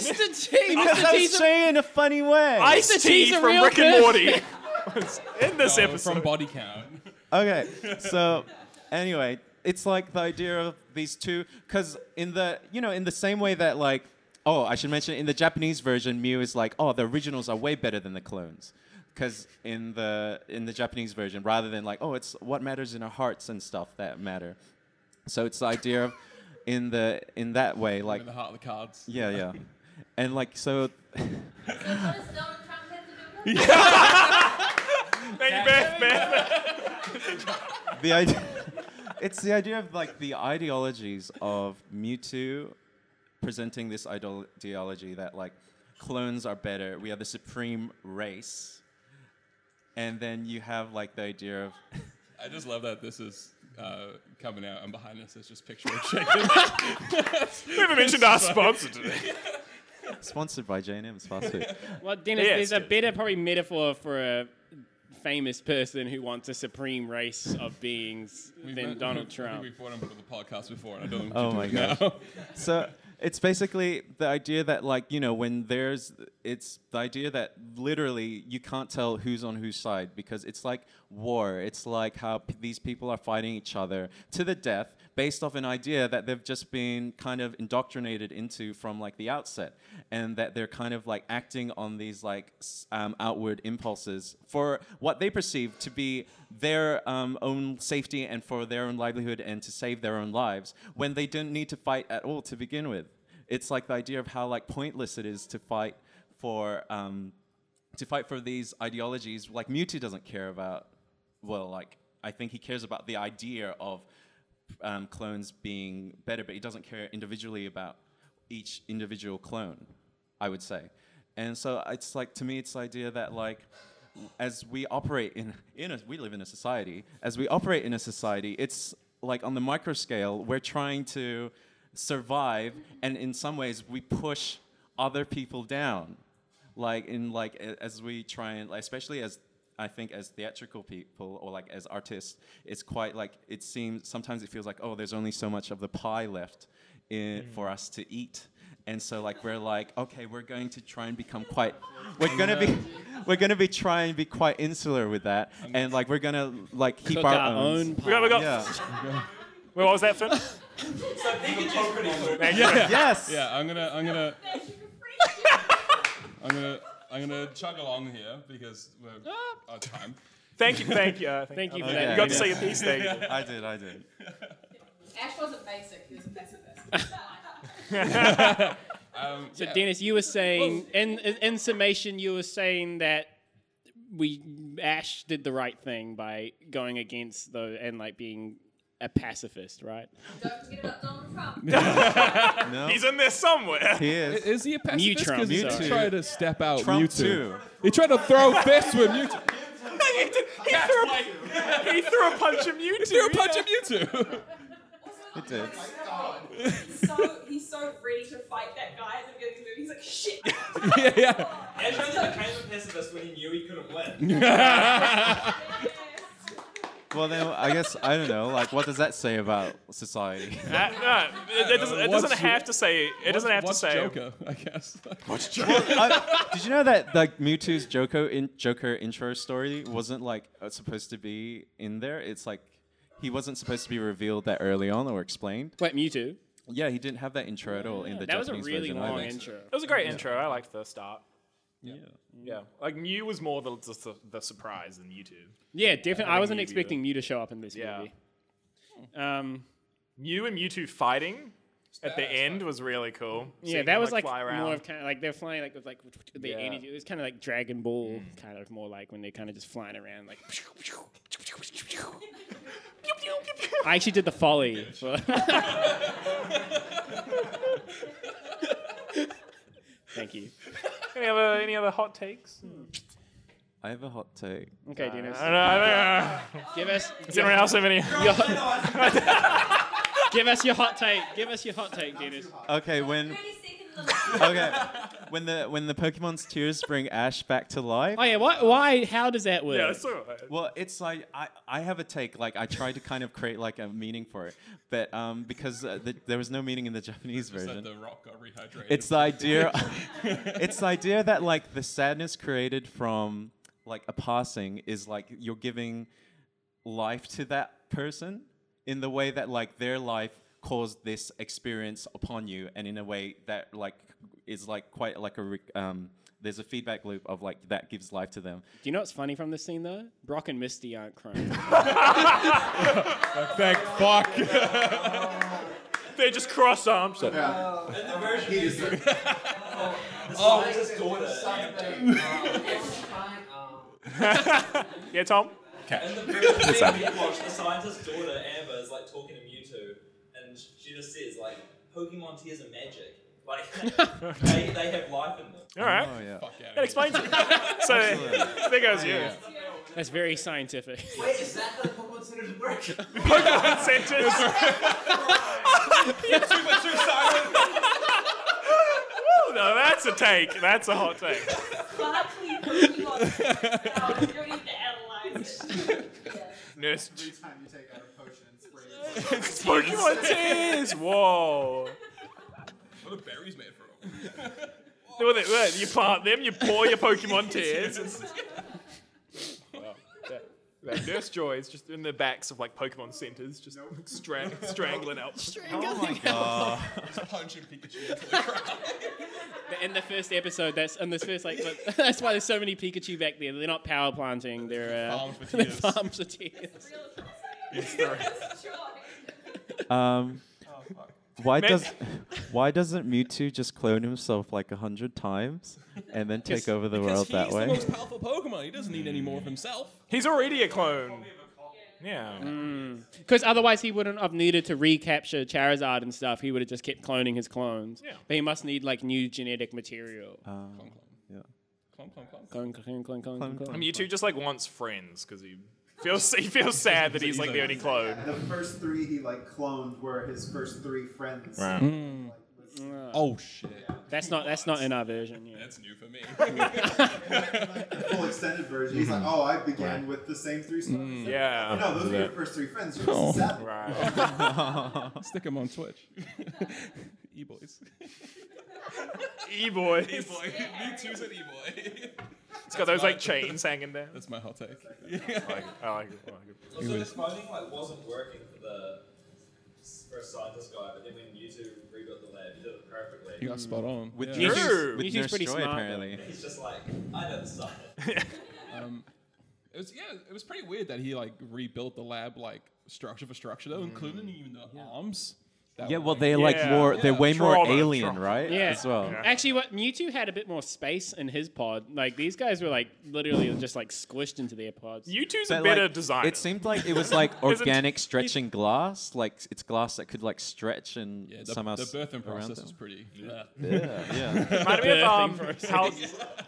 Speaker 2: say Mr. T?
Speaker 3: Because
Speaker 2: Mr.
Speaker 3: I was
Speaker 2: T's a,
Speaker 3: saying in a funny way.
Speaker 5: Ice T
Speaker 2: T's a
Speaker 5: from
Speaker 2: real
Speaker 5: Rick and
Speaker 2: person.
Speaker 5: Morty. was in this
Speaker 4: Oh, from
Speaker 5: episode.
Speaker 4: body count.
Speaker 3: Okay, so anyway, it's like the idea of these two, because in the you know in the same way that like oh I should mention in the Japanese version Mew is like oh the originals are way better than the clones, because in the in the Japanese version rather than like oh it's what matters in our hearts and stuff that matter, so it's the idea of in the in that way like
Speaker 4: In the heart of the cards.
Speaker 3: yeah yeah, and like so
Speaker 5: Thank you, Beth. Beth.
Speaker 3: the idea, it's the idea of like the ideologies of Mewtwo presenting this idol- ideology that like clones are better, we are the supreme race, and then you have like the idea of
Speaker 4: I just love that this is uh, coming out, and behind us is just picture of chicken.
Speaker 5: We haven't mentioned our sponsor today.
Speaker 3: sponsored by J and M's fast food.
Speaker 2: well, Dennis,
Speaker 5: Yes,
Speaker 2: there's a
Speaker 5: yes.
Speaker 2: better probably metaphor for a famous person who wants a supreme race of beings
Speaker 4: We've
Speaker 2: than
Speaker 4: met-
Speaker 2: Donald
Speaker 4: I
Speaker 2: Trump.
Speaker 4: think we've brought him onto the podcast before, and I don't. Think
Speaker 3: Oh
Speaker 4: oh
Speaker 3: my
Speaker 4: my god!
Speaker 3: so it's basically the idea that like you know when there's it's the idea that literally you can't tell who's on whose side because it's like war it's like how p- these people are fighting each other to the death based off an idea that they've just been kind of indoctrinated into from like the outset and that they're kind of like acting on these like s- um, outward impulses for what they perceive to be their um, own safety and for their own livelihood and to save their own lives when they didn't need to fight at all to begin with. It's like the idea of how like pointless it is to fight for um, to fight for these ideologies. Like Mewtwo doesn't care about. Well, like I think he cares about the idea of um, clones being better, but he doesn't care individually about each individual clone. I would say, and so it's like to me, it's the idea that like as we operate in, in a, we live in a society as we operate in a society it's like on the micro scale we're trying to survive and in some ways we push other people down like in like a- as we try and like, especially as i think as theatrical people or like as artists it's quite like it seems sometimes it feels like oh there's only so much of the pie left in,
Speaker 2: Mm.
Speaker 3: for us to eat and so like we're like okay we're going to try and become quite we're going to be we're going to be trying to be quite insular with that and like we're going to like keep
Speaker 2: Cook
Speaker 3: our,
Speaker 2: our own
Speaker 3: owns.
Speaker 5: We got, we got.
Speaker 3: yeah
Speaker 5: Wait, what was that, Finn? Thank you.
Speaker 3: yes
Speaker 4: Yeah, I'm gonna, I'm gonna, I'm gonna, I'm gonna chug along here because we're
Speaker 5: Ah.
Speaker 4: out of time.
Speaker 5: Thank you. Thank you. Uh,
Speaker 2: Thank you for
Speaker 3: Okay.
Speaker 5: You
Speaker 2: that.
Speaker 5: got to say your piece. Thank you.
Speaker 3: i did i did
Speaker 8: Ash wasn't basic, he was a pacifist.
Speaker 4: Um,
Speaker 2: So
Speaker 4: yeah.
Speaker 2: Dennis, you were saying in, in in summation, you were saying that we Ash did the right thing by going against the and like being a pacifist, right?
Speaker 8: Don't forget about Donald Trump.
Speaker 3: no
Speaker 5: He's in there somewhere.
Speaker 3: he is
Speaker 4: Is he a pacifist?
Speaker 2: Mewtwo.
Speaker 4: 'Cause he
Speaker 2: Mewtwo.
Speaker 4: tried to step out
Speaker 3: Trump
Speaker 4: Mewtwo.
Speaker 3: too.
Speaker 4: He tried to throw fists with Mewtwo.
Speaker 5: he, did- he threw a, he threw a punch at Mewtwo.
Speaker 4: Threw a punch at Mewtwo.
Speaker 8: It
Speaker 3: did.
Speaker 8: So, he's so ready to fight that guy at the beginning of the movie. He's like, shit.
Speaker 4: yeah, yeah.
Speaker 6: Ash only became a pacifist when he knew he couldn't win.
Speaker 3: well then i guess i don't know like what does that say about society
Speaker 5: Uh, no, it, it doesn't, it doesn't
Speaker 4: What's-
Speaker 5: have to say. It doesn't have to
Speaker 4: What's
Speaker 5: say.
Speaker 4: Joker, I guess.
Speaker 3: I, did you know that like Mewtwo's Joker in Joker intro story wasn't like uh, supposed to be in there? It's like he wasn't supposed to be revealed that early on or explained.
Speaker 2: Wait, Mewtwo.
Speaker 3: Yeah, he didn't have that intro at all in the
Speaker 2: That was a
Speaker 3: Japanese
Speaker 2: really
Speaker 3: version
Speaker 2: long
Speaker 3: either.
Speaker 2: intro.
Speaker 5: It was a great intro. I liked the start.
Speaker 4: Yeah.
Speaker 2: Mm.
Speaker 5: Yeah, like Mew was more the just the, the surprise than YouTube.
Speaker 2: Yeah, definitely. I, wasn't
Speaker 5: Mew
Speaker 2: expecting Mew to show up in this
Speaker 5: Yeah.
Speaker 2: movie. Um,
Speaker 5: Mew and Mewtwo fighting at the end was really cool.
Speaker 2: yeah,
Speaker 5: Seeing
Speaker 2: that
Speaker 5: them,
Speaker 2: was like,
Speaker 5: fly around.
Speaker 2: more of kind of like they're flying like with like the
Speaker 5: Yeah. Mm.
Speaker 2: energy. It was kind of like Dragon Ball, kind of more like when they're kind of just flying around like. I actually did the folly. for- Thank you. Hmm.
Speaker 5: any other any other hot takes?
Speaker 3: I have a hot take.
Speaker 2: Okay, Dennis.
Speaker 5: Uh, I don't know, I don't know.
Speaker 2: Give us,
Speaker 5: Does anyone else have any?
Speaker 2: your, give us your hot take. Give us your hot take, Dennis.
Speaker 3: Okay, when
Speaker 8: 30 seconds of
Speaker 3: okay, when the when the Pokemon's tears bring Ash back to life.
Speaker 2: Oh yeah, why? why how does that work?
Speaker 5: Yeah, let's talk about it.
Speaker 3: Well, it's like I, I have a take. Like I tried to kind of create like a meaning for it, but um, because uh, the, there was no meaning in the Japanese
Speaker 4: Just that
Speaker 3: version.
Speaker 4: the rock got rehydrated.
Speaker 3: It's the idea. it's the idea that like the sadness created from like a passing is like you're giving life to that person in the way that like their life caused this experience upon you, and in a way that like is like quite like a re- um. There's a feedback loop of like that gives life to them.
Speaker 2: Do you know what's funny from this scene though? Brock and Misty aren't crying.
Speaker 4: Thank fuck.
Speaker 5: They just cross arms.
Speaker 7: Yeah.
Speaker 6: In the version
Speaker 7: He
Speaker 6: he
Speaker 7: is
Speaker 6: is
Speaker 7: the
Speaker 6: oh, his daughter.
Speaker 7: son of a-
Speaker 5: Yeah, Tom.
Speaker 6: In the version we watched, the scientist's daughter Amber is like talking to Mewtwo, and she just says like, "Pokemon tears are magic. Like they, they have life in them."
Speaker 5: All right.
Speaker 3: Oh yeah.
Speaker 5: That explains it. So there goes you.
Speaker 2: That's very scientific.
Speaker 6: Wait, is that how the Pokemon Center to work?
Speaker 5: Pokemon centers. Woo, no, that's a take. That's a hot take.
Speaker 8: sparkly Pokemon. Oh, you don't need to analyze it.
Speaker 5: Nurse.
Speaker 7: Every time you take out a potion and spray it.
Speaker 5: Pokemon tears. Whoa.
Speaker 4: What are the berries made from?
Speaker 5: Look at that, look, You plant them. You pour your Pokemon tears. That- that Nurse Joy is just in the backs of like Pokemon centers, just strang- strangling out.
Speaker 3: Oh my god.
Speaker 4: Just punching Pikachu into the crowd.
Speaker 2: In the first episode, that's in this first like, but that's why there's so many Pikachu back there. They're not power planting. They're uh,
Speaker 4: Farms for
Speaker 2: they're
Speaker 4: tears.
Speaker 2: farms for tears.
Speaker 8: Real atrocity. Joy.
Speaker 3: Um, why
Speaker 5: Man-
Speaker 3: does why doesn't Mewtwo just clone himself like a hundred times and then take
Speaker 2: Because-
Speaker 3: over the
Speaker 4: Because
Speaker 3: world
Speaker 4: he's
Speaker 3: that
Speaker 4: the
Speaker 3: way?
Speaker 4: most powerful Pokemon. He doesn't need any more of himself.
Speaker 5: He's already a clone. Yeah.
Speaker 2: Because otherwise, he wouldn't have needed to recapture Charizard and stuff. He would have just kept cloning his clones.
Speaker 5: Yeah.
Speaker 2: But he must need like new genetic material.
Speaker 4: Clunk, clunk.
Speaker 3: Yeah.
Speaker 4: Clunk, clunk, clunk.
Speaker 2: Clone, clone, clone, clone, clone,
Speaker 5: I
Speaker 2: clone.
Speaker 5: mean, you two just like wants friends because he feels he feels sad that he's like the only clone.
Speaker 7: The first three he like cloned were his first three friends.
Speaker 2: Mm.
Speaker 7: Like, was-
Speaker 4: Oh shit.
Speaker 2: That's not that's not in our version. Yeah.
Speaker 4: That's new for me.
Speaker 7: the full extended version. He's like, oh, I began with the same three stories.
Speaker 5: Yeah.
Speaker 7: No, those were your first three friends. You're just sad.
Speaker 5: Right.
Speaker 4: Stick him on Twitch. e boys.
Speaker 5: E boy.
Speaker 4: E boy. Me too's an e boy.
Speaker 5: It's got those like chains hanging there.
Speaker 4: That's my hot take.
Speaker 5: I like, I like it. I like it.
Speaker 6: Also, this cloning like wasn't working for the for a scientist guy, but then when Mewtwo rebuilt the lab, he did it perfectly.
Speaker 4: You got spot on.
Speaker 3: With
Speaker 4: yeah.
Speaker 5: you-
Speaker 3: Nurse,
Speaker 5: Sure.
Speaker 3: with
Speaker 2: Mewtwo's
Speaker 3: Nurse
Speaker 2: pretty
Speaker 3: Joy
Speaker 2: smart,
Speaker 3: apparently.
Speaker 6: He's just like, I never suffered.
Speaker 4: Um, it was yeah. It was pretty weird that he like rebuilt the lab like structure for structure though, including even the arms. That
Speaker 3: Yeah,
Speaker 4: were,
Speaker 3: well
Speaker 4: like-
Speaker 3: they're like
Speaker 5: Yeah.
Speaker 3: more they're way more
Speaker 5: Trauma,
Speaker 3: alien,
Speaker 5: trauma.
Speaker 3: right?
Speaker 2: Yeah.
Speaker 3: As well.
Speaker 5: Yeah.
Speaker 2: Actually, what Mewtwo had a bit more space in his pod. Like these guys were like literally just like squished into their pods.
Speaker 5: You two's a
Speaker 3: But,
Speaker 5: better
Speaker 3: like,
Speaker 5: designer.
Speaker 3: It seemed like it was like organic stretching glass, like it's glass that could like stretch and
Speaker 4: yeah, the,
Speaker 3: somehow
Speaker 4: the
Speaker 3: s-
Speaker 4: birthing
Speaker 3: around
Speaker 4: process
Speaker 3: them.
Speaker 4: was pretty. Yeah.
Speaker 3: Yeah, yeah.
Speaker 5: Remind me of,
Speaker 2: Birthing
Speaker 5: um,
Speaker 2: process.
Speaker 5: how,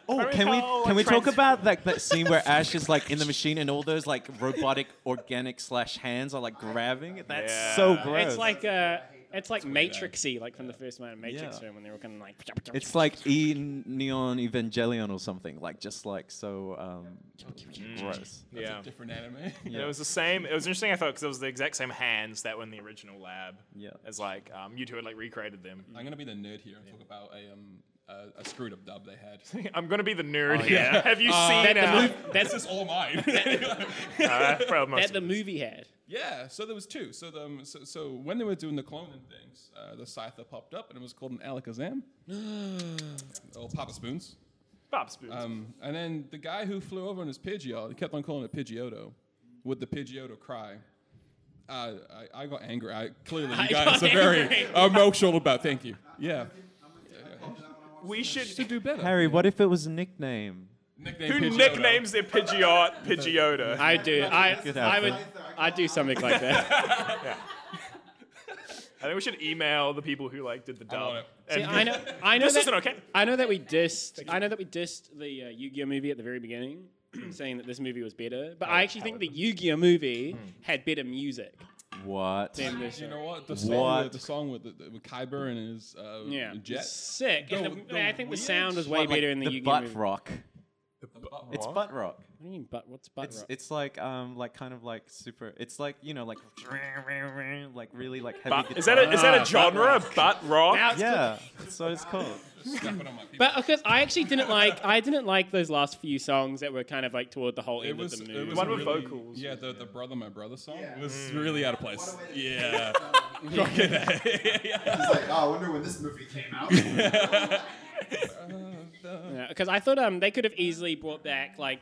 Speaker 3: Oh,
Speaker 5: Remember
Speaker 3: can we
Speaker 5: how, like,
Speaker 3: can we talk
Speaker 5: trans-
Speaker 3: about like that scene where Ash is like in the machine and all those like robotic organic slash hands are like grabbing? That's so
Speaker 5: Yeah.
Speaker 3: gross.
Speaker 2: it's like uh, it's like
Speaker 4: eh?
Speaker 2: Matrixy, like from the first Man Matrix
Speaker 3: Yeah.
Speaker 2: film when they were kind of like.
Speaker 3: It's like E Neon Evangelion or something, like just like so um, gross.
Speaker 5: yeah.
Speaker 4: Different anime.
Speaker 5: And it was the same. It was interesting. I thought because it was the exact same hands that were in the original lab.
Speaker 3: Yeah.
Speaker 5: As like um, you two had like recreated them.
Speaker 4: I'm gonna be the nerd here and talk about a um a, a screwed up dub they had.
Speaker 5: I'm gonna be the nerd
Speaker 3: Oh,
Speaker 5: here. Have you
Speaker 2: that
Speaker 5: seen uh,
Speaker 2: the
Speaker 5: our?
Speaker 2: move- that's
Speaker 4: this is all mine.
Speaker 5: Uh, proud
Speaker 2: that
Speaker 5: most
Speaker 2: the
Speaker 5: of us.
Speaker 2: movie had.
Speaker 4: yeah. So there was two. So the um, so, so when they were doing the cloning things, uh, the Scyther popped up and it was called an Alakazam. or Papa Spoons.
Speaker 5: Bob Spoons.
Speaker 4: Um, and then the guy who flew over on his Pidgeot, he kept on calling it Pidgeotto, with the Pidgeotto cry. Uh, I, I got angry. I clearly you guys
Speaker 2: got
Speaker 4: are very
Speaker 2: angry.
Speaker 4: emotional about. Thank you. Yeah.
Speaker 5: we should.
Speaker 4: Should do better.
Speaker 3: Harry, what if it was a nickname?
Speaker 4: Nickname
Speaker 5: Who
Speaker 4: Pidgeotto.
Speaker 5: nicknames their Pidgeot Pidgeotto?
Speaker 2: I do. I I would.
Speaker 7: outfit.
Speaker 2: I'd do something like that.
Speaker 5: I think we should email the people who like did the
Speaker 4: I want
Speaker 5: dub.
Speaker 4: it.
Speaker 2: See,
Speaker 5: And-
Speaker 2: I know. I know
Speaker 5: this
Speaker 2: that,
Speaker 5: isn't okay.
Speaker 2: I know that we dissed. I know that we dissed the uh, Yu-Gi-Oh movie at the very beginning, saying that this movie was better, but
Speaker 3: Oh,
Speaker 2: I actually think the Yu-Gi-Oh movie
Speaker 3: Hmm.
Speaker 2: had better music
Speaker 3: What?
Speaker 2: than this.
Speaker 4: You
Speaker 2: one.
Speaker 4: know what? The song,
Speaker 3: What?
Speaker 4: with, the song with, the, with Kyber and his uh,
Speaker 2: Yeah,
Speaker 4: jet.
Speaker 2: sick. and
Speaker 4: The-
Speaker 2: the-
Speaker 4: the
Speaker 2: I think the
Speaker 4: weird
Speaker 2: sound was
Speaker 4: shot,
Speaker 2: way
Speaker 3: Like
Speaker 2: better in the,
Speaker 3: the
Speaker 2: Yu-Gi-Oh
Speaker 3: butt
Speaker 2: movie.
Speaker 3: rock. It's
Speaker 5: What?
Speaker 3: butt rock.
Speaker 2: What do you mean butt? What's butt
Speaker 3: It's
Speaker 2: rock?
Speaker 3: it's like um like kind of like super. It's like you know like like really like heavy.
Speaker 5: But- is that a, is
Speaker 3: guitar.
Speaker 5: that a genre? Butt rock.
Speaker 2: Now it's
Speaker 3: Yeah, that's what it's called.
Speaker 4: Stepping on my people.
Speaker 2: But because I actually didn't like, I didn't like those last few songs that were kind of like toward the whole
Speaker 4: It
Speaker 2: end
Speaker 4: was,
Speaker 2: of the
Speaker 4: it
Speaker 2: movie.
Speaker 4: was
Speaker 5: One with
Speaker 4: really,
Speaker 5: vocals.
Speaker 4: Yeah, the, the brother my brother song
Speaker 7: Yeah.
Speaker 4: was really out of place.
Speaker 7: What a way to-
Speaker 4: Yeah.
Speaker 7: It's like, oh, I wonder when this movie came out. yeah,
Speaker 2: Because I thought um they could have easily brought back like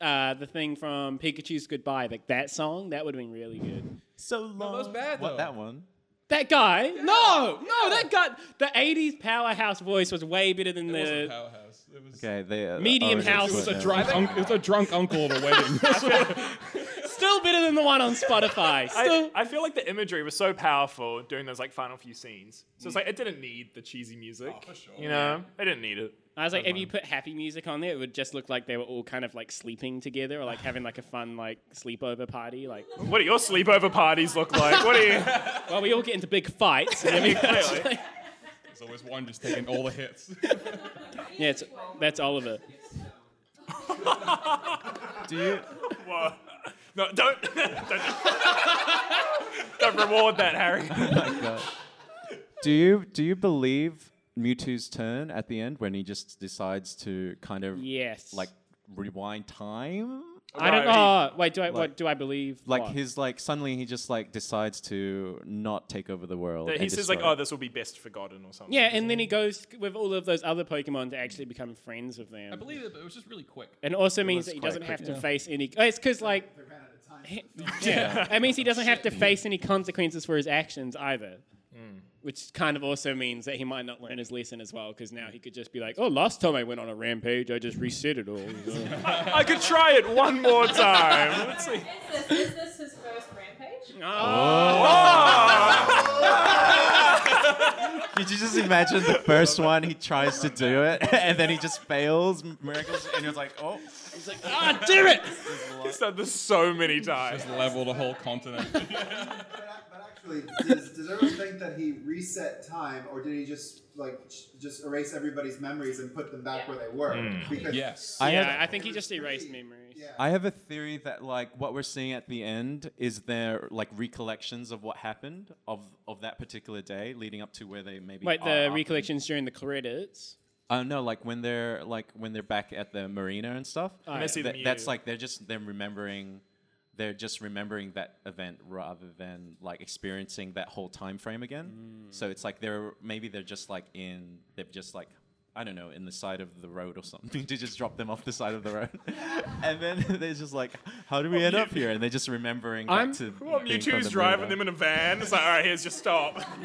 Speaker 2: uh the thing from Pikachu's Goodbye, like that song. That would have been really good.
Speaker 3: So long.
Speaker 4: was bad,
Speaker 3: What
Speaker 4: though.
Speaker 3: that one?
Speaker 2: That guy? No, no, that guy. The '80s powerhouse voice was way better than
Speaker 4: It wasn't
Speaker 2: the.
Speaker 4: Powerhouse. It was,
Speaker 3: Okay, they uh,
Speaker 2: Medium
Speaker 3: oh, it is
Speaker 2: house.
Speaker 4: It was
Speaker 3: what
Speaker 4: a
Speaker 3: now.
Speaker 4: drunk uncle. It was a drunk uncle at a wedding.
Speaker 2: Still better than the one on Spotify. Still.
Speaker 5: I, I feel like the imagery was so powerful during those like final few scenes. So it's like it didn't need the cheesy music.
Speaker 4: Oh, for sure.
Speaker 5: You know, I didn't need it.
Speaker 2: I was like, if you put happy music on there, it would just look like they were all kind of like sleeping together or like having like a fun like sleepover party. Like,
Speaker 5: What do your sleepover parties look like? What do you?
Speaker 2: well, we all get into big fights. and then we-
Speaker 5: Clearly.
Speaker 4: There's always one just taking all the hits.
Speaker 2: yeah, it's, that's Oliver.
Speaker 3: Do you?
Speaker 5: Whoa. No, don't, don't, don't reward that, Harry.
Speaker 3: my God. Do you do you believe Mewtwo's turn at the end when he just decides to kind of
Speaker 2: Yes.
Speaker 3: like rewind time?
Speaker 2: I don't
Speaker 5: Right.
Speaker 2: know. oh, wait, do I
Speaker 3: Like-
Speaker 2: what do I believe?
Speaker 3: Like
Speaker 2: what?
Speaker 3: his like suddenly he just like decides to not take over the world.
Speaker 5: He
Speaker 3: and
Speaker 5: says like,
Speaker 3: destroy
Speaker 5: "Oh,
Speaker 3: it.
Speaker 5: this will be best forgotten" or something.
Speaker 2: Yeah, and then he goes with all of those other Pokemon to actually become friends with them.
Speaker 4: I believe it, but it was just really quick.
Speaker 2: And also means
Speaker 3: was
Speaker 2: that he
Speaker 3: quite
Speaker 2: doesn't
Speaker 3: quick,
Speaker 2: have to
Speaker 4: yeah.
Speaker 2: face any. Oh, it's because like yeah, it means he doesn't have to face any consequences for his actions either. Which kind of also means that he might not learn his lesson as well, because now he could just be like, "Oh, last time I went on a rampage, I just reset it all."
Speaker 5: I could try it one more time. Let's see.
Speaker 8: Is this, is this his first rampage?
Speaker 2: Ah,
Speaker 5: Oh!
Speaker 3: Could you just imagine the first one he tries to do it and then he just fails miracles and you're like, oh,
Speaker 2: He's like, "Ah, damn it!"
Speaker 5: He's done this so many times.
Speaker 4: Just leveled a whole continent.
Speaker 7: But, ac- but actually, does, does everyone think that he reset time, or did he just like j- just erase everybody's memories and put them back where they were? Because
Speaker 4: yes.
Speaker 3: I
Speaker 2: Yeah,
Speaker 3: have-
Speaker 2: I think he just erased memories.
Speaker 7: yeah,
Speaker 3: I have a theory that like what we're seeing at the end is their like recollections of what happened of of that particular day leading up to where they maybe
Speaker 2: Wait,
Speaker 3: are
Speaker 2: the
Speaker 3: after.
Speaker 2: recollections during the credits.
Speaker 3: Oh no, like when they're like when they're back at the marina and stuff.
Speaker 2: And they
Speaker 5: see
Speaker 3: that-
Speaker 5: the
Speaker 3: that's
Speaker 5: Mew.
Speaker 3: like they're just them remembering they're just remembering that event rather than like experiencing that whole time frame again.
Speaker 5: Mm.
Speaker 3: So it's like they're maybe they're just like in they're just like I don't know, in the side of the road or something to just drop them off the side of the road. and then they're just like, How do we end up here? And they're just remembering back
Speaker 2: I'm-
Speaker 3: to
Speaker 5: Well,
Speaker 3: being from
Speaker 5: Mewtwo's
Speaker 3: the
Speaker 5: driving
Speaker 3: marina.
Speaker 5: them in a van. It's like, all right, here's your stop.
Speaker 4: how, do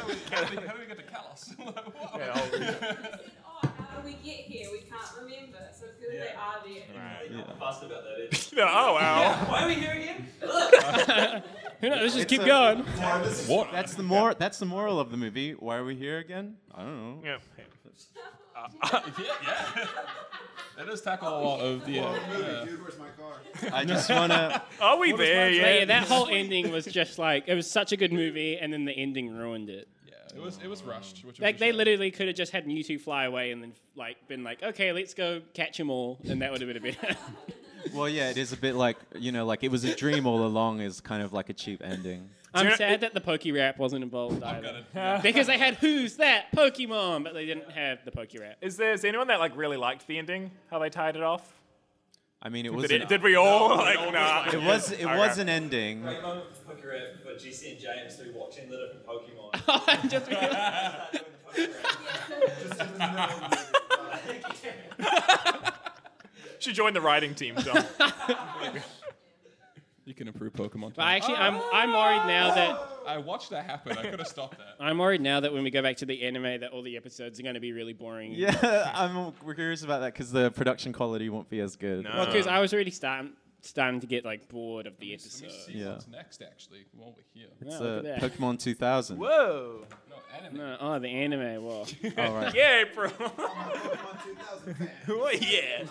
Speaker 4: we, how do we get to Kalos?
Speaker 8: Oh, how do we get here? We can't remember. So it's because they are there.
Speaker 6: Fast about that. It's,
Speaker 5: You know, oh wow.
Speaker 6: why are we here again?
Speaker 2: Who knows? Let's just
Speaker 3: It's
Speaker 2: keep
Speaker 3: a-
Speaker 2: going.
Speaker 7: Or this is-
Speaker 4: what?
Speaker 3: That's the more that's the moral of the movie. Why are we here again? I don't know.
Speaker 5: Yeah.
Speaker 4: That does tackle a lot of the. Uh,
Speaker 7: What movie,
Speaker 4: yeah.
Speaker 7: dude? Where's my car?
Speaker 3: I just wanna
Speaker 5: Are we there
Speaker 2: Yeah,
Speaker 5: yet?
Speaker 2: that whole ending was just like it was such a good movie, and then the ending ruined it.
Speaker 4: Yeah, it was it was rushed. Which was
Speaker 2: Like
Speaker 4: a
Speaker 2: they
Speaker 4: shame.
Speaker 2: literally could have just had Mewtwo fly away and then like been like, okay, let's go catch them all, and that would have been a bit.
Speaker 3: Well, yeah, it is a bit like you know, like it was a dream all along is kind of like a cheap ending.
Speaker 2: I'm
Speaker 5: know-
Speaker 2: sad that the Poke Rap wasn't involved either,
Speaker 4: Yeah.
Speaker 2: because they had who's that Pokemon, but they didn't have the Poke Rap.
Speaker 5: Is there is anyone that like really liked the ending? How they tied it off?
Speaker 3: I mean, it was
Speaker 5: Did,
Speaker 3: an,
Speaker 5: it, did we all like nah?
Speaker 3: it was it
Speaker 5: Okay.
Speaker 3: was an ending.
Speaker 6: Great moment for poker app for GC and James through watching the different Pokemon.
Speaker 2: Just because-
Speaker 8: Oh,
Speaker 7: Just in the middle of the movie.
Speaker 5: She joined the writing team, John.
Speaker 4: you can improve Pokemon.
Speaker 2: but actually, I'm I'm worried now that
Speaker 4: I watched that happen. I could have stopped that.
Speaker 2: I'm worried now that when we go back to the anime, that all the episodes are going to be really boring.
Speaker 3: Yeah, I'm we're curious about that because the production quality won't be as good.
Speaker 5: No.
Speaker 2: Well, because I was already starting starting to get like bored of the episode.
Speaker 4: Uh. Let me see
Speaker 3: Yeah.
Speaker 4: what's next, actually, while we're here.
Speaker 3: It's
Speaker 2: Yeah, look
Speaker 3: uh,
Speaker 2: at that.
Speaker 3: Pokemon 2000.
Speaker 5: Whoa.
Speaker 4: No, anime.
Speaker 2: No, oh, the anime. Well,
Speaker 3: All right.
Speaker 5: Yeah, bro.
Speaker 7: Pokemon 2000 fan.
Speaker 5: Well, yeah.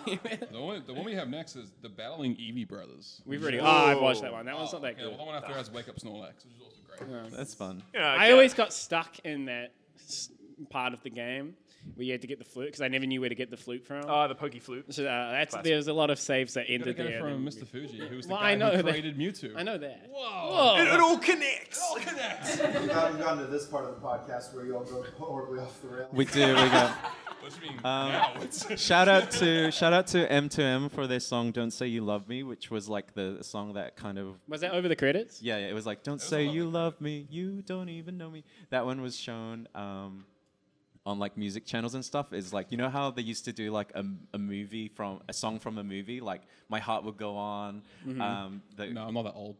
Speaker 4: The, one, the one we have next is the Battling Eevee Brothers.
Speaker 2: we've already. Oh, I've watched that one. That one's
Speaker 4: Oh,
Speaker 2: not that
Speaker 4: okay,
Speaker 2: good.
Speaker 4: The one after has Wake Up Snorlax, which is also great.
Speaker 3: That's fun.
Speaker 5: Yeah,
Speaker 2: I
Speaker 5: okay.
Speaker 2: always got stuck in that s- part of the game where you had to get the flute because I never knew where to get the flute from.
Speaker 5: Oh, the pokey flute.
Speaker 2: so uh, that's there's a lot of saves that
Speaker 4: You gotta
Speaker 2: ended
Speaker 4: get it
Speaker 2: there.
Speaker 4: from
Speaker 2: and-
Speaker 4: Mr. Fuji, who was the
Speaker 2: Well,
Speaker 4: guy
Speaker 2: I know
Speaker 4: who
Speaker 2: that-
Speaker 4: created Mewtwo.
Speaker 2: I know that.
Speaker 4: Whoa.
Speaker 2: Whoa.
Speaker 5: all connects.
Speaker 7: We haven't gotten to this part of the podcast where you all go horribly off the rails.
Speaker 3: We do. We got.
Speaker 4: What do you mean?
Speaker 3: Um,
Speaker 4: now it's
Speaker 3: shout out to shout out to M2M for their song "Don't Say You Love Me," which was like the song that kind of
Speaker 2: Was that over the credits?
Speaker 3: yeah, yeah it was like "Don't
Speaker 4: a
Speaker 3: Say You
Speaker 4: lovely
Speaker 3: Love Me," you don't even know me. That one was shown um, on like music channels and stuff. Is like you know how they used to do like a, a movie from a song from a movie, like "My Heart Will Go On," um, the,
Speaker 4: No, I'm not that old.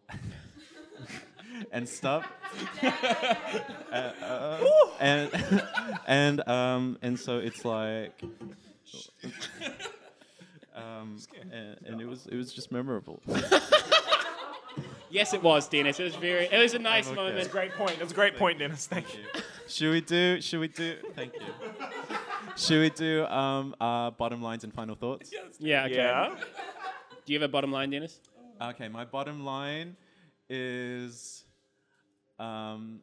Speaker 3: and stuff. Uh, and and um and so it's like um and, and it was it was just memorable.
Speaker 2: Yes, it was, Dennis. It was very. It was a nice
Speaker 3: okay.
Speaker 2: moment.
Speaker 5: Great point. That's a great point, Dennis. Thank you.
Speaker 3: should we do should we do thank you. Should we do um uh bottom lines and final thoughts?
Speaker 2: Yeah. Okay.
Speaker 5: Yeah.
Speaker 2: Do you have a bottom line, Dennis?
Speaker 3: Okay, my bottom line is um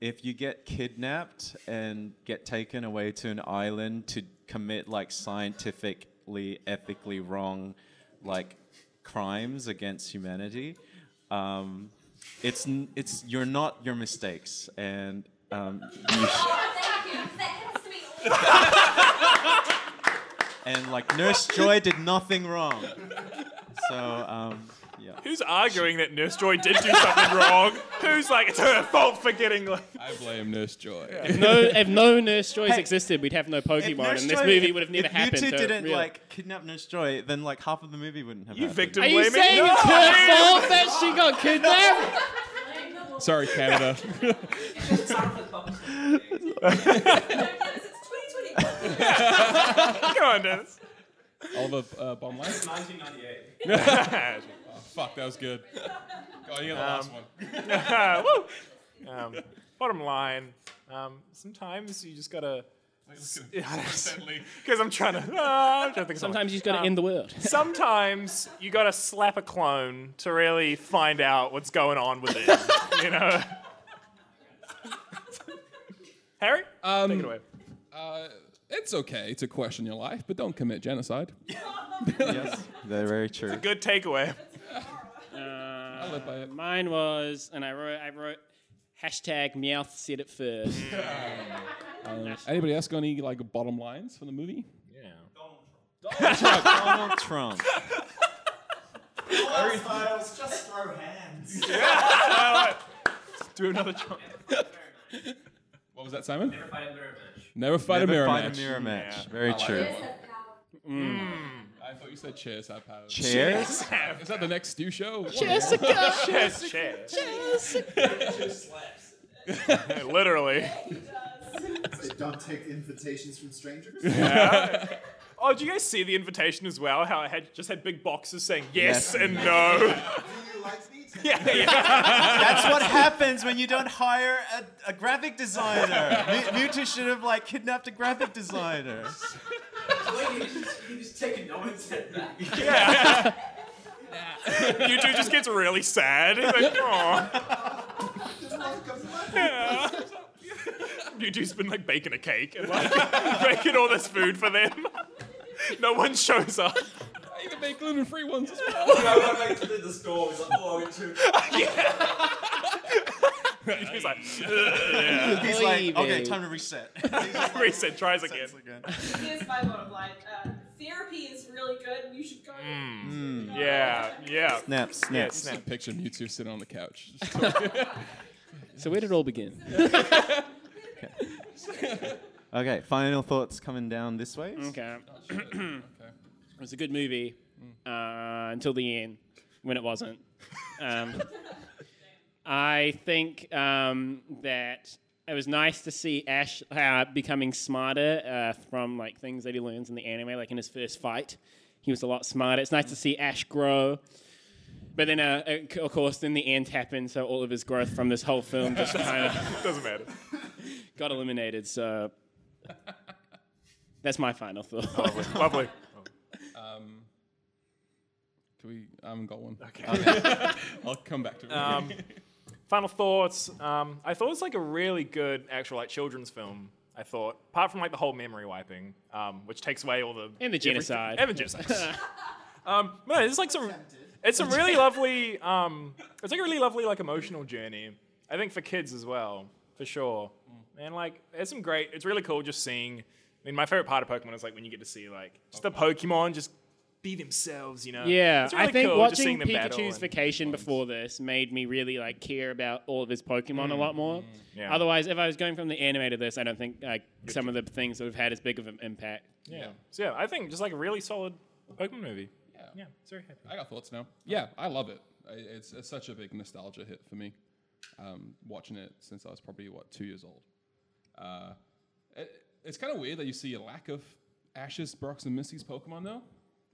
Speaker 3: if you get kidnapped and get taken away to an island to commit like scientifically ethically wrong like crimes against humanity um, it's n- it's you're not your mistakes and um, you sh-
Speaker 8: thank you. That has to be all.
Speaker 3: and like nurse joy did nothing wrong so um, yeah
Speaker 5: Who's arguing that Nurse Joy did do something wrong? Who's like, it's her fault for getting like.
Speaker 4: I blame Nurse Joy.
Speaker 2: No. if no Nurse Joy's existed, we'd have no
Speaker 3: If
Speaker 2: Pokemon,
Speaker 3: Nurse
Speaker 2: and this
Speaker 3: Joy-
Speaker 2: movie
Speaker 3: if-
Speaker 2: would have never
Speaker 3: if
Speaker 2: happened.
Speaker 3: you two
Speaker 2: so
Speaker 3: didn't
Speaker 2: really-
Speaker 3: like kidnap Nurse Joy, then like half of the movie wouldn't have
Speaker 5: You
Speaker 3: happened.
Speaker 5: victim
Speaker 2: Are you
Speaker 5: blaming?
Speaker 2: saying
Speaker 5: No,
Speaker 2: it's her
Speaker 5: she-
Speaker 2: fault that she got kidnapped?
Speaker 4: Sorry, Canada.
Speaker 6: It's time for competition.
Speaker 8: It's 2020.
Speaker 5: Come on, Dennis.
Speaker 4: All the uh, bomb lines.
Speaker 6: 1998.
Speaker 4: Fuck, that was good. Oh, you got the
Speaker 3: Um,
Speaker 4: last one.
Speaker 5: Uh, woo. Um, bottom line, um, sometimes you just gotta. Because I'm trying to. ah, I'm trying to think of something.
Speaker 2: Sometimes you just got to end the world.
Speaker 5: sometimes you gotta slap a clone to really find out what's going on with it. you know. Harry,
Speaker 4: Um,
Speaker 5: take it away.
Speaker 4: Uh, it's okay to question your life, but don't commit genocide.
Speaker 3: yes, they're very true.
Speaker 5: Good takeaway.
Speaker 4: I live by it.
Speaker 2: Mine was, and I wrote, I wrote, hashtag Meowth said it first.
Speaker 4: Anybody else got any like bottom lines from the movie?
Speaker 3: Donald Trump.
Speaker 7: Files, just throw hands.
Speaker 5: Do another chunk.
Speaker 4: What was that, Simon?
Speaker 6: Never fight a mirror match.
Speaker 4: Never fight a
Speaker 3: Never
Speaker 4: mirror
Speaker 3: fight
Speaker 4: match.
Speaker 3: a mirror match.
Speaker 5: Yeah.
Speaker 3: Very true.
Speaker 8: Yes, that's how-
Speaker 4: I thought you said cheers, have powers.
Speaker 3: Cheers.
Speaker 4: Is that the next Stew show? What?
Speaker 5: Yes, shit.
Speaker 6: Two slaps.
Speaker 5: Literally.
Speaker 7: They don't take invitations from strangers.
Speaker 5: Oh, did you guys see the invitation as well? How it had just had big boxes saying yes, and no.
Speaker 7: Do you like me?
Speaker 5: yeah, yeah.
Speaker 3: That's what happens when you don't hire a, a graphic designer. Mu- Mewtwo should have like kidnapped a graphic designer.
Speaker 6: Wait, you just, you just take a no and step back.
Speaker 5: YouTube just gets really sad. He's like, aw. YouTube's been like baking a cake and like making all this food for them. No one shows up.
Speaker 4: I even made gluten free ones as well.
Speaker 6: I went back to the store. He's like, oh, I went to.
Speaker 5: He's like,
Speaker 3: He's like, okay,
Speaker 2: Leaving.
Speaker 3: time to reset.
Speaker 5: reset, tries again.
Speaker 8: Here's my bottom line. Uh, therapy is really good. You should go.
Speaker 5: Yeah, yeah.
Speaker 3: Snap, snap.
Speaker 5: Yes, snap.
Speaker 4: Picture Mewtwo sitting on the couch.
Speaker 2: So where did it all begin?
Speaker 3: Okay, final thoughts coming down this way.
Speaker 2: Okay. It was uh, a good movie uh, until the end, when it wasn't. Um, I think um, that it was nice to see Ash uh, becoming smarter uh, from like things that he learns in the anime, like in his first fight. he was a lot smarter. It's nice to see Ash grow. But then, uh, uh, c- of course, then the end happened, so all of his growth from this whole film just kind of
Speaker 5: Doesn't matter.
Speaker 2: got eliminated. So that's my final thought.
Speaker 5: Lovely. Lovely.
Speaker 4: Can we? I haven't got one. Okay. I'll come back to it.
Speaker 5: Um, final thoughts. Um, I thought it was like a really good actual like children's film. I thought, apart from like the whole memory wiping, um, which takes away all the
Speaker 2: And the genocide.
Speaker 5: and the genocide. um, but no, it's like some. It's a really lovely. Um, it's like a really lovely like emotional journey. I think for kids as well, for sure. And like, it's some great. It's really cool just seeing. I mean, my favorite part of Pokemon is like when you get to see like just the Pokemon just be themselves. You know.
Speaker 2: Yeah,
Speaker 5: It's really
Speaker 2: I think
Speaker 5: cool just seeing
Speaker 2: watching
Speaker 5: them battle
Speaker 2: Pikachu's
Speaker 5: and-
Speaker 2: vacation before this made me really like care about all of his Pokemon a lot more.
Speaker 5: Mm, Yeah.
Speaker 2: Otherwise, if I was going from the anime to this, I don't think like some of the things would have had as big of an impact.
Speaker 5: Yeah. So yeah, I think just like a really solid Pokemon movie. Yeah, it's very happy.
Speaker 4: I got thoughts now. Yeah, I love it. I, it's, it's such a big nostalgia hit for me. Um, watching it since I was probably what two years old. Uh, it, it's kind of weird that you see a lack of Ashes, Brock's, and Misty's Pokemon though.